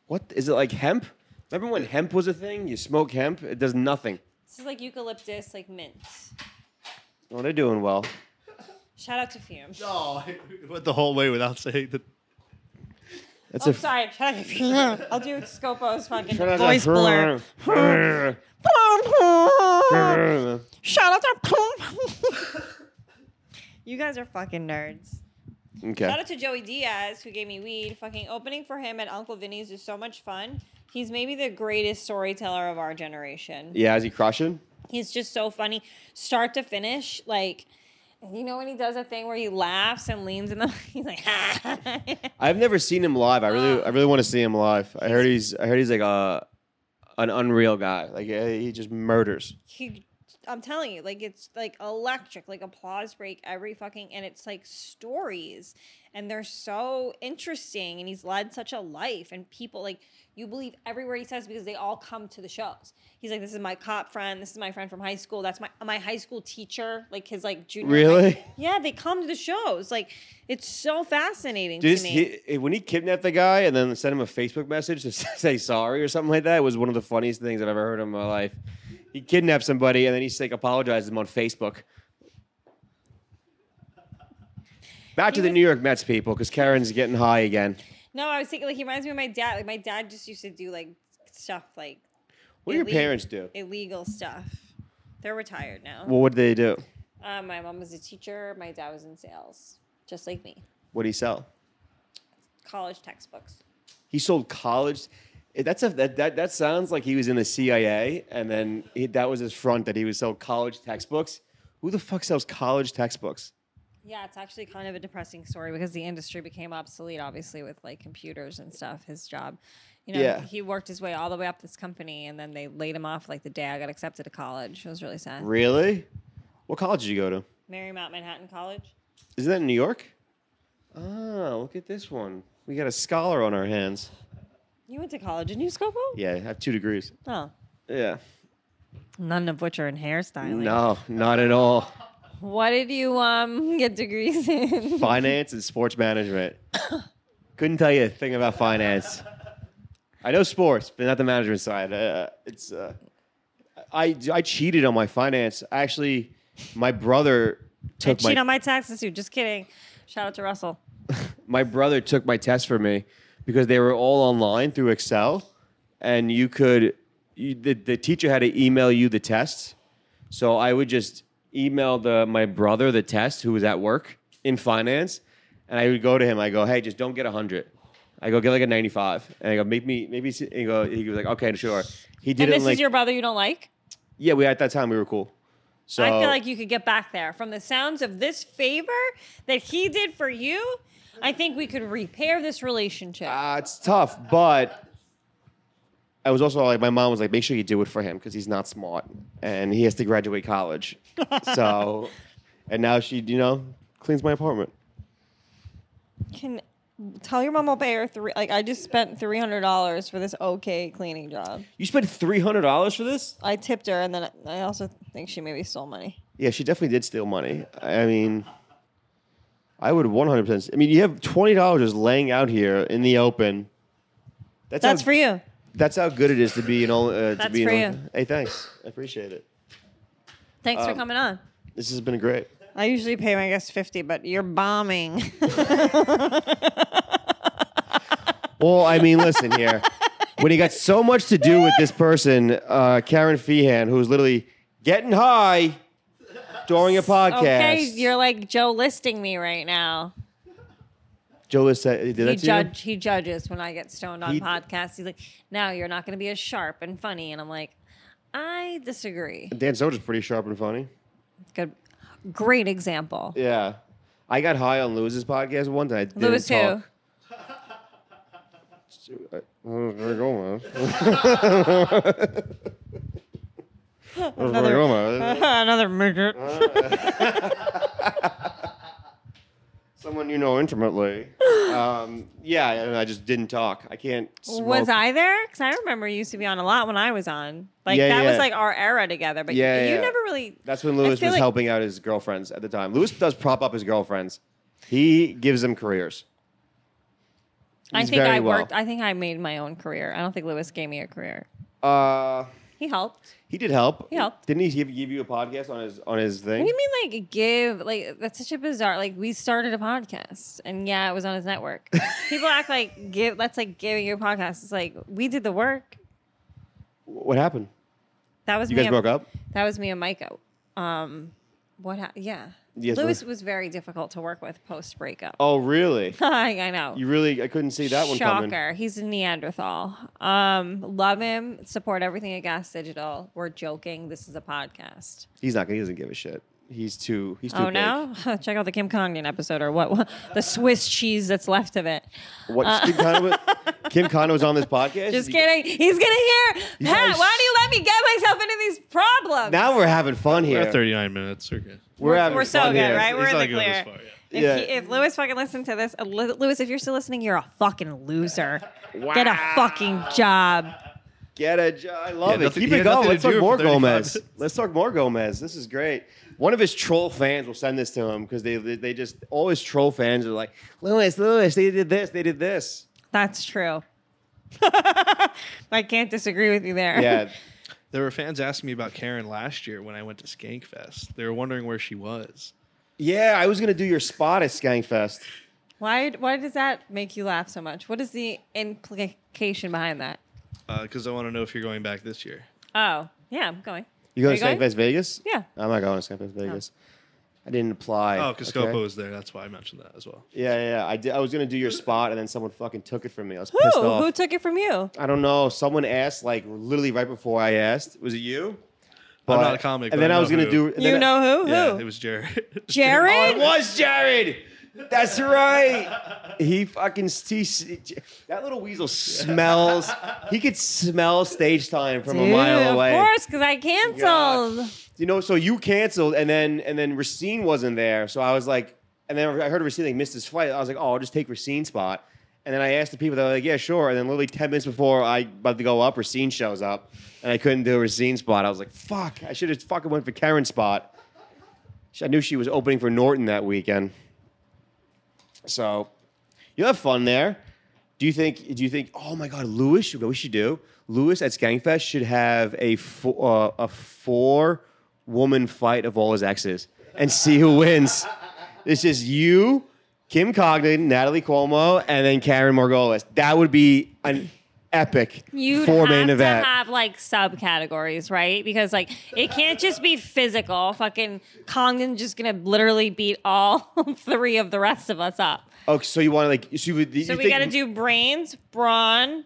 S3: What is it like hemp? Remember when hemp was a thing? You smoke hemp, it does nothing.
S2: This is like eucalyptus, like mint.
S3: Oh, they're doing well.
S2: Shout out to Fume.
S4: Oh, I went the whole way without saying that.
S3: That's
S2: Oh,
S3: a
S2: sorry. Shout out to Fume. I'll do Scopo's fucking
S3: Shout out to-
S2: voice blur. Shout out to. you guys are fucking nerds. Shout
S3: okay.
S2: out to Joey Diaz who gave me weed. Fucking opening for him at Uncle Vinny's is so much fun. He's maybe the greatest storyteller of our generation.
S3: Yeah, is he crushing?
S2: He's just so funny, start to finish. Like You know when he does a thing where he laughs and leans in the he's like
S3: I've never seen him live. I really, I really want to see him live. I heard he's, I heard he's like a, an unreal guy. Like uh, he just murders.
S2: he, I'm telling you, like it's like electric, like applause break every fucking, and it's like stories, and they're so interesting, and he's led such a life, and people like you believe every word he says because they all come to the shows. He's like, this is my cop friend, this is my friend from high school, that's my my high school teacher, like his like junior. high-
S3: Really?
S2: yeah, they come to the shows. Like it's so fascinating
S3: Dude,
S2: to
S3: this-
S2: me.
S3: he- eh, when he kidnapped the guy and then sent him a Facebook message to say sorry or something like that was one of the funniest things I've ever heard in my life. He kidnapped somebody and then he's like apologized to him on Facebook. Back to the New York Mets people because Karen's getting high again.
S2: no, I was thinking like he reminds me of my dad. Like my dad just used to do like stuff like
S3: What do your
S2: illegal-
S3: parents do?
S2: Illegal stuff. They're retired now.
S3: Well, what do they do?
S2: Uh, my mom was a teacher. My dad was in sales, just like me.
S3: What do he sell?
S2: College textbooks.
S3: He sold college. eh, That's a that, that that sounds like he was in the CIA, and then he, that was his front that he would sell college textbooks. Who the fuck sells college textbooks?
S2: Yeah, it's actually kind of a depressing story because the industry became obsolete, obviously, with like computers and stuff. His job, you know,
S3: Yeah.
S2: he worked his way all the way up this company, and then they laid him off like the day I got accepted to college. It was really sad.
S3: Really? What college did you go to?
S2: Marymount Manhattan College.
S3: Isn't that in New York? Ah, look at this one. We got a scholar on our hands.
S2: You went to college in New Scopo?
S3: Yeah, I have two degrees.
S2: Oh,
S3: Yeah.
S2: none of which are in hairstyling.
S3: No, not at all.
S2: What did you um get degrees in?
S3: Finance and sports management. Couldn't tell you a thing about finance. I know sports, but not the management side. Uh, it's uh, I I cheated on my finance. Actually, my brother
S2: I
S3: took
S2: cheat
S3: my
S2: on my taxes too. Just kidding. Shout out to Russell.
S3: my brother took my test for me because they were all online through Excel, and you could you, the the teacher had to email you the tests. So I would just email the my brother the test who was at work in finance, and I would go to him. I go, hey, just don't get hundred. I go get like a ninety five, and I go make me maybe. s-" He go he was like, okay, sure. He did
S2: And
S3: it
S2: this
S3: like
S2: is your brother you don't like?
S3: yeah. We at that time we were cool. So
S2: I feel like you could get back there. From the sounds of this favor that he did for you, I think we could repair this relationship.
S3: Uh, it's tough, but I was also like, my mom was like, make sure you do it for him because he's not smart and he has to graduate college. so, and now she, you know, cleans my apartment.
S2: Can tell your mom I'll pay her three. Like I just spent three hundred dollars for this okay cleaning job.
S3: You spent three hundred dollars for this?
S2: I tipped her, and then I also think she maybe stole money.
S3: Yeah, she definitely did steal money. I mean, I would one hundred percent. I mean, you have twenty dollars just laying out here in the open. That's
S2: That's
S3: how,
S2: for you.
S3: That's how good it is to be an old. Uh, to
S2: That's
S3: be an
S2: for
S3: ol-
S2: you.
S3: Hey, thanks. I appreciate it.
S2: Thanks for coming on.
S3: This has been great.
S2: I usually pay my guests fifty, but you're bombing.
S3: Well, I mean, listen here. When he got so much to do with this person, uh, Karen Feehan, who's literally getting high during a podcast.
S2: okay, you're like Joe listing me right now.
S3: Joe List said, did
S2: He
S3: that to
S2: judge he judges when I get stoned on
S3: He-
S2: podcasts. He's like, "Now you're not going to be as sharp and funny," and I'm like, "I disagree."
S3: you? Dan Soder's pretty sharp and funny.
S2: Good, great example.
S3: Yeah. I got high on Lewis's podcast one time. I didn't
S2: Lewis who?
S3: talk. Where's it going, man? Where's it going, man?
S2: Another murder.
S3: Someone you know intimately. Um, yeah, and I just didn't talk. I can't. Smoke.
S2: Was I there? Because I remember you used to be on a lot when I was on. Like
S3: Yeah,
S2: that
S3: yeah.
S2: was like our era together. But
S3: Yeah,
S2: you, you
S3: yeah.
S2: never really.
S3: That's when
S2: I
S3: Lewis
S2: feel
S3: was
S2: like-
S3: helping out his girlfriends at the time. Lewis does prop up his girlfriends. He gives them careers.
S2: I
S3: He's
S2: think
S3: very
S2: I
S3: well.
S2: worked. I think I made my own career. I don't think Lewis gave me a career.
S3: Uh,
S2: He helped.
S3: he did help.
S2: He helped.
S3: Didn't he give, give you a podcast on his on his thing?
S2: What do you mean, like give? Like that's such a bizarre. Like we started a podcast, and yeah, it was on his network. People act like give. That's like giving your podcast. It's like we did the work.
S3: What happened?
S2: That was
S3: You
S2: me
S3: guys
S2: and-
S3: broke up.
S2: That was me and Micah. Um, what? Ha- yeah.
S3: Yes,
S2: Lewis
S3: what-
S2: was very difficult to work with post breakup.
S3: Oh, really?
S2: I, I know.
S3: You really? I couldn't see that one
S2: Shocker.
S3: coming.
S2: He's a Neanderthal. Um, love him. Support everything at Gas Digital. We're joking. This is a podcast.
S3: He's not. gonna- He doesn't give a shit. He's too. He's too
S2: Oh
S3: big.
S2: no! Check out the Kim Congdon episode or what? The Swiss cheese that's left of it.
S3: What Kim Kana was, Kim Kana was on this podcast.
S2: Uh, Just kidding. He's gonna hear. Pat,
S3: guys-
S2: why do you let me get myself into these problems?
S3: Now we're having fun here.
S4: We're at 39 minutes. We're good.
S3: We're having
S2: We're so
S3: fun
S2: good,
S3: here.
S2: right? We're
S4: It's
S2: in
S4: not
S2: the
S4: going this
S2: clear.
S4: far, yeah.
S2: If,
S3: Yeah.
S2: he, if Lewis fucking listened to this, uh, Lew- Lewis, if you're still listening, you're a fucking loser. Get a fucking job.
S3: Get a job. I love
S4: Yeah,
S3: it.
S4: nothing-
S3: Keep
S4: he
S3: it
S4: had
S3: going.
S4: nothing
S3: Let's
S4: to
S3: talk
S4: do for
S3: more
S4: 35
S3: Gomez.
S4: minutes.
S3: Let's talk more Gomez. This is great. One of his troll fans will send this to him because they they just all his troll fans are like Lewis, Lewis. They did this. They did this.
S2: That's true. I can't disagree with you there.
S3: Yeah.
S4: There were fans asking me about Karen last year when I went to Skankfest. They were wondering where she was.
S3: Yeah, I was gonna do your spot at Skankfest.
S2: Why? Why does that make you laugh so much? What is the implication behind that?
S4: Because uh, I want to know if you're going back this year.
S2: Oh, yeah, I'm going.
S3: You go
S2: Are
S3: to
S2: you going?
S3: Skankfest Vegas?
S2: Yeah.
S3: I'm not going to Skankfest Vegas. I didn't apply.
S4: Oh, because
S3: okay?
S4: Scopo was there. That's why I mentioned that as well.
S3: Yeah, yeah, yeah. I did. I was gonna do your spot, and then someone fucking took it from me. I was pissed
S2: Who?
S3: off.
S2: Who took it from you?
S3: I don't know. Someone asked, like literally right before I asked. Was it you?
S4: I'm
S3: But-
S4: not a comic.
S3: And
S4: but
S3: then I,
S4: know
S3: was gonna
S4: who.
S3: do. and
S2: You
S3: then I-
S2: know who?
S4: Yeah,
S2: who?
S4: it was Jared.
S2: Jared.
S3: Oh, it was Jared. That's right. He fucking he, that little weasel smells. He could smell stage time from a
S2: Dude,
S3: mile away.
S2: Of course, because I canceled.
S3: You know, so you canceled, and then and then Racine wasn't there. So I was like, and then I heard Racine like missed his flight. I was like, oh, I'll just take Racine's spot. And then I asked the people, they were like, yeah, sure. And then literally ten minutes before I about to go up, Racine shows up, and I couldn't do Racine's spot. I was like, fuck, I should have fucking went for Karen's spot. She- I knew she was opening for Norton that weekend. So you have fun there. Do you think? Do you think? Oh my God, Lewis! should- What we should do? Lewis at Skangfest should have a four, uh, a four woman fight of all his exes and see who wins. It's just you, Kim Cognan, Natalie Cuomo, and then Karen Margolis. That would be an epic
S2: You'd have
S3: four main
S2: to
S3: event.
S2: have like subcategories, right? Because like it can't just be physical. Fucking Congdon's just gonna literally beat all three of the rest of us up.
S3: okay, so you want to like? So, you would, you
S2: So we
S3: think-
S2: gotta do brains, brawn,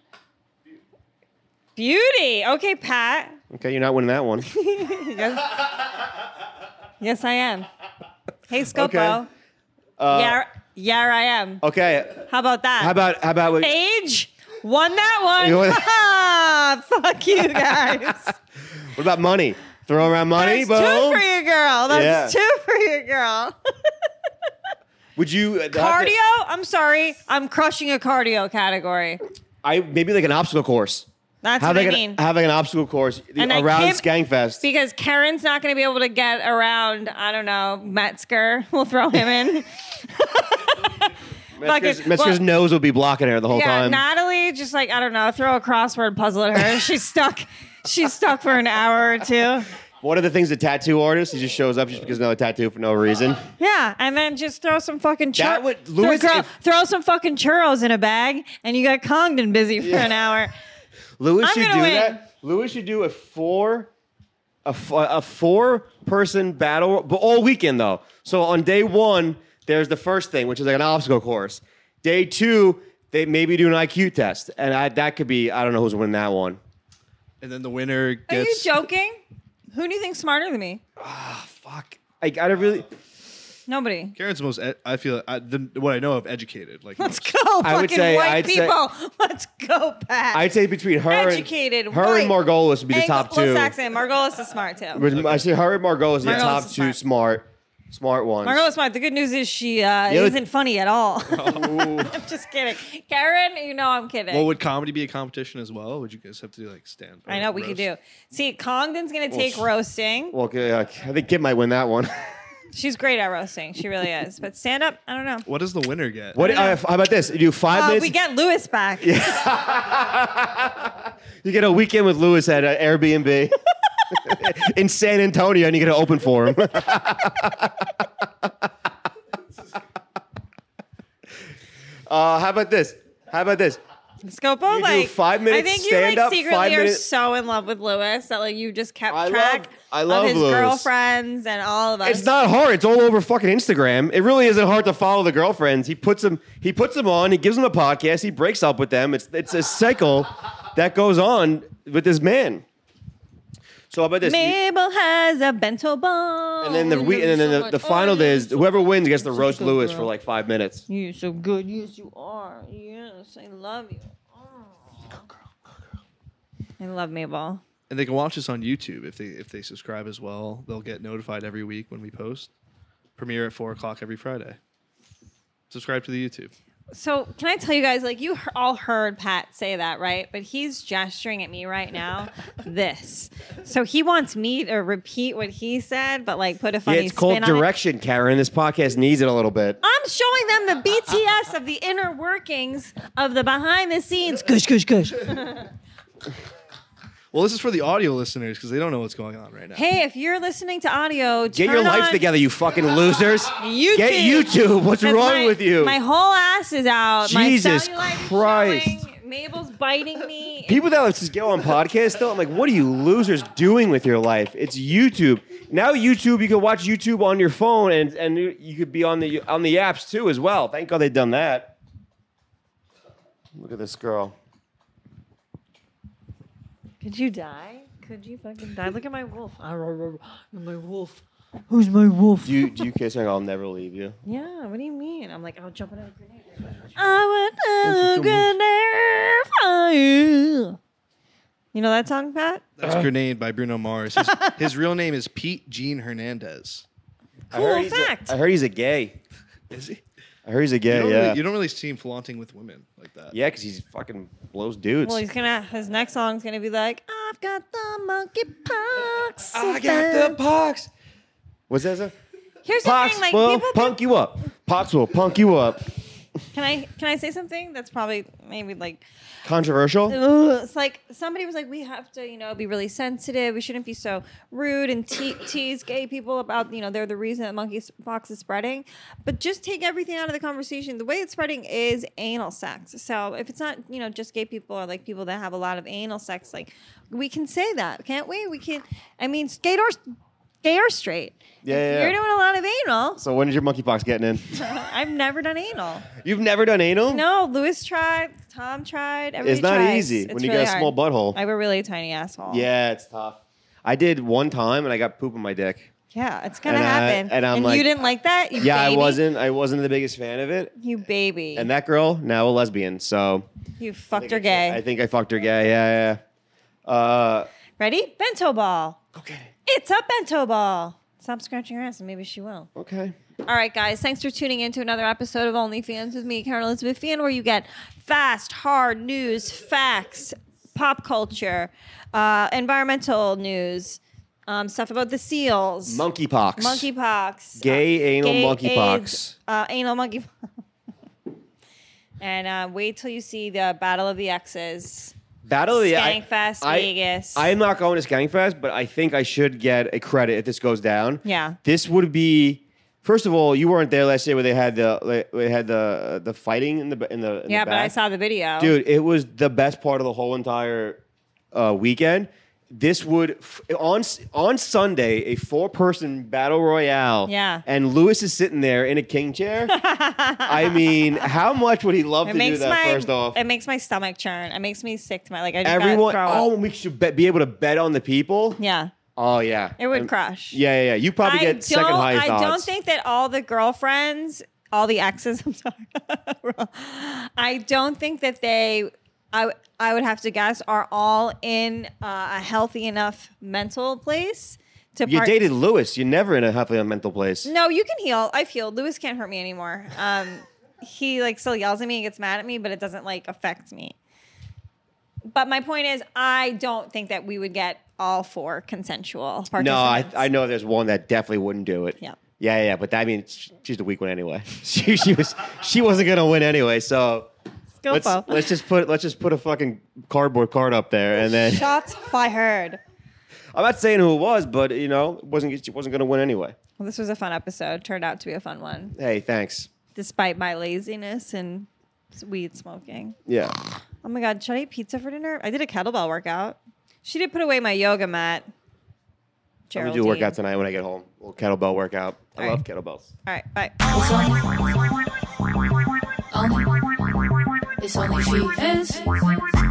S2: beauty. Okay, Pat.
S3: Okay, you're not winning that one.
S2: Yes, I am. Hey, Scopo.
S3: Okay.
S2: yeah, yeah, I am.
S3: Okay,
S2: How about that?
S3: how about how about?
S2: Paige won that
S3: You
S2: one.
S3: won-
S2: Ah, Fuck you guys.
S3: What about money? Throw around money,
S2: That's
S3: boom.
S2: two for your girl. That's
S3: Yeah.
S2: two for your girl.
S3: Would you uh,
S2: cardio? I'm sorry. I'm crushing a cardio category.
S3: I maybe like an obstacle course.
S2: That's
S3: Have
S2: what I
S3: like,
S2: mean.
S3: an, have like an obstacle course the-
S2: And I
S3: around
S2: can't-
S3: Skangfest.
S2: because Karen's not going to be able to get around, I don't know, Metzger. We'll throw him in.
S3: Metzger's,
S2: fucking-
S3: Metzger's
S2: well-
S3: nose will be blocking her the whole
S2: yeah,
S3: time.
S2: Natalie, just like, I don't know, throw a crossword puzzle at her. She's stuck. She's stuck for an hour or two.
S3: One of the things the tattoo artist, he just shows up just because another tattoo for no reason.
S2: Yeah, and then just throw some fucking
S3: That
S2: churros.
S3: would- Louis,
S2: throw,
S3: if-
S2: throw some fucking churros in a bag, and you got Congdon busy for an hour.
S3: Lewis
S2: I'm
S3: should
S2: gonna
S3: do
S2: win.
S3: that. Lewis should do a four, a, f- a four person battle, but all weekend though. So on day one, there's the first thing, which is like an obstacle course. Day two, they maybe do an IQ test, and I, that could be I don't know who's winning that one.
S4: And then the winner
S2: Are you
S4: gets.
S2: joking? Who do you think's smarter than me?
S3: Fuck, I gotta really.
S2: Nobody.
S4: Karen's the most. ed- I feel I, the, what I know of educated. Like
S2: Let's
S4: most.
S2: go,
S3: I would
S2: fucking
S3: say-
S2: white
S3: I'd say-
S2: people. Let's go, Pat.
S3: I'd say between her
S2: Educated,
S3: and her and
S2: white,
S3: Margolis would be the
S2: Anglo-
S3: top
S2: Well,
S3: two.
S2: Saxon, Margolis is smart too.
S3: With- I see her and Margolis the
S2: Margolis
S3: top
S2: is
S3: two smart, smart ones.
S2: Margolis is smart. The good news is she uh,
S3: other-
S2: isn't funny at all.
S3: Oh.
S2: I'm just kidding, Karen. You know I'm kidding.
S4: Well, would comedy be a competition as well? Would you guys have to do like stand?
S2: I know we could do. See, Congdon's gonna take
S3: sh-
S2: roasting.
S3: Well, okay, uh, I think Kim might win that one.
S2: She's great at roasting. She really is. But stand up, I don't know.
S4: What does the winner get?
S3: What? Uh, how about this? You do five
S2: Uh,
S3: minutes.
S2: we get Lewis back.
S3: you get a weekend with Lewis at uh, Airbnb in San Antonio, and you get an open for him. uh, how about this? How about this?
S2: Scopo,
S3: You do
S2: like
S3: five-minute
S2: I think you like
S3: stand-up,
S2: secretly are
S3: five-minute-
S2: so in love with Lewis that like you just kept
S3: I
S2: track
S3: love- I love
S2: of his
S3: Lewis.
S2: girlfriends and all of us.
S3: It's not hard. It's all over fucking Instagram. It really isn't hard to follow the girlfriends. He puts them. He puts them on. He gives them a podcast. He breaks up with them. It's it's a cycle that goes on with this man. So how about this? You-
S2: Mabel has a bento bomb.
S3: and then the we, and then the, the final is whoever wins gets to roast Lewis for Oh, like five minutes.
S2: You're so good. Yes, you are. Yes, I love you. Oh. I love Mabel.
S4: and they can watch us on YouTube if they if they subscribe as well. They'll get notified every week when we post. Premiere at four o'clock every Friday. Subscribe to the YouTube.
S2: So, can I tell you guys, like, you he- all heard Pat say that, right? But he's gesturing at me right now. this. So, he wants me to repeat what he said, but, like, put a
S3: Yeah,
S2: funny
S3: it's called
S2: spin on it.
S3: direction, Karen. This podcast needs it a little bit.
S2: I'm showing them the BTS of the inner workings of the behind the scenes. Gush, gush, gush.
S4: Well, this is for the audio listeners because they don't know what's going on right now.
S2: Hey, if you're listening to audio,
S3: Get your
S2: turn
S3: life
S2: on
S3: together, you fucking losers.
S2: YouTube.
S3: Get YouTube. What's
S2: 'Cause
S3: wrong
S2: my-
S3: with you?
S2: My whole ass is out.
S3: Jesus
S2: my cellulite is
S3: Christ.
S2: showing. Mabel's biting me.
S3: People that just get on podcasts though, I'm like, what are you losers doing with your life? It's YouTube. Now YouTube, you can watch YouTube on your phone, and and you- you could be on the on the apps too as well. Thank God they've done that. Look at this girl.
S2: Could you die? Could you fucking die? Look at my wolf.
S6: My wolf. Who's my wolf?
S3: Do you do you kiss her? I'll never leave you.
S2: Yeah, what do you mean? I'm like, I'll jump out of a grenade. I would out a grenade fire. You know that song, Pat?
S3: Uh.
S4: That's Grenade by Bruno Mars. His, his real name is Pete Gene Hernandez.
S3: I heard
S2: Cool
S3: he's
S2: fact.
S3: A, I heard he's a gay.
S4: Is he?
S3: I heard he's a
S4: You
S3: gay.
S4: don't,
S3: yeah.
S4: really, you don't really see him flaunting with women like that.
S3: yeah, because he's fucking blows dudes.
S2: Well, he's gonna. His next song's gonna be like, I've got the monkey pox.
S3: Ah, I got the pox. What's that? Sir?
S2: Here's the
S3: Pox
S2: thing, like
S3: will
S2: people.
S3: punk you up. Pox will punk you up.
S2: Can I can I say something that's probably maybe like
S3: Controversial.
S2: Ugh, it's like somebody was like, we have to, you know, be really sensitive. We shouldn't be so rude and te- tease gay people about, you know, they're the reason that monkey pox is spreading. But just take everything out of the conversation. The way it's spreading is anal sex. So if it's not, you know, just gay people or like people that have a lot of anal sex, like we can say that, can't we? We can. I mean, gay or gay or straight.
S3: Yeah,
S2: If
S3: yeah,
S2: You're
S3: yeah.
S2: doing a lot of anal.
S3: So when is your monkeypox getting in?
S2: I've never done anal.
S3: You've never done anal?
S2: No, Lewis tried. Tom tried. Everybody
S3: It's not
S2: tries.
S3: easy
S2: It's
S3: when you
S2: really
S3: got a small
S2: hard.
S3: butthole.
S2: I have a really tiny asshole.
S3: Yeah, it's tough. I did one time and I got poop in my dick.
S2: Yeah, it's gonna
S3: And I-
S2: happen.
S3: and I'm
S2: you
S3: like-
S2: didn't like that? You
S3: Yeah,
S2: baby?
S3: I wasn't. I wasn't the biggest fan of it.
S2: You baby.
S3: And that girl now a lesbian. So
S2: you fucked her
S3: I-
S2: gay.
S3: I think I fucked her gay. Yeah, yeah. Uh,
S2: Ready? Bento ball.
S3: okay.
S2: It's a bento ball. Stop scratching your ass and maybe she will.
S3: Okay.
S2: All right, guys. Thanks for tuning in to another episode of OnlyFans with me, Karen Elizabeth Fan, where you get fast, hard news, facts, pop culture, uh, environmental news, um, stuff about the seals,
S3: Monkeypox.
S2: monkeypox, uh,
S3: Gay anal
S2: gay
S3: monkeypox.
S2: AIDS, uh, anal monkey. and uh, wait till you see the Battle of the X's.
S3: Battle of the I-
S2: Skankfest,
S3: I-
S2: Vegas.
S3: I'm not going to Skankfest, but I think I should get a credit if this goes down.
S2: Yeah.
S3: This would be. First of all, you weren't there last year where they had the they had the the fighting in the in the in the
S2: yeah, but I
S3: back.
S2: saw the video.
S3: dude it was the best part of the whole entire uh, weekend this would f- on s- on sunday a four person battle royale
S2: Yeah.
S3: and lewis is sitting there in a king chair i mean how much would he love
S2: it
S3: to do
S2: makes
S3: that
S2: my
S3: first off
S2: it makes my stomach churn. It makes me sick to my like I just
S3: everyone
S2: Got throw
S3: oh
S2: up.
S3: and we should be, be able to bet on the people
S2: Yeah,
S3: oh yeah
S2: it would
S3: Um,
S2: crush.
S3: yeah yeah yeah you probably
S2: I
S3: get second
S2: don't-
S3: highest
S2: I
S3: odds
S2: don't think that all the girlfriends, all the exes. I'm sorry. I don't think that they. I I would have to guess are all in uh, a healthy enough mental place to.
S3: you
S2: part-
S3: dated lewis you're never in a happily mental place
S2: No, you can heal. I've healed. Lewis can't hurt me anymore. Um, he like still yells at me and gets mad at me, but it doesn't like affect me. But my point is, I don't think that we would get all four consensual participants.
S3: No, I, I know there's one that definitely wouldn't do it.
S2: Yeah.
S3: Yeah, yeah, but I mean, sh- she's the weak one anyway. She, she was she wasn't gonna win anyway. So let's
S2: Skillful.
S3: let's just put let's just put a fucking cardboard card up there, and then
S2: Shots fired.
S3: I'm not saying who it was, but you know, it wasn't she wasn't gonna win anyway.
S2: Well, this was a fun episode. Turned out to be a fun one,
S3: Hey, thanks.
S2: despite my laziness and s- weed smoking.
S3: Yeah,
S2: Oh my God, should I eat pizza for dinner? I did a kettlebell workout. She did put away my yoga mat.
S3: I'm gonna
S2: Geraldine.
S3: do a workout tonight when I get home. A little kettlebell workout. I
S2: All right.
S3: love kettlebells.
S2: All right, bye.
S1: It's only, only, it's only she is.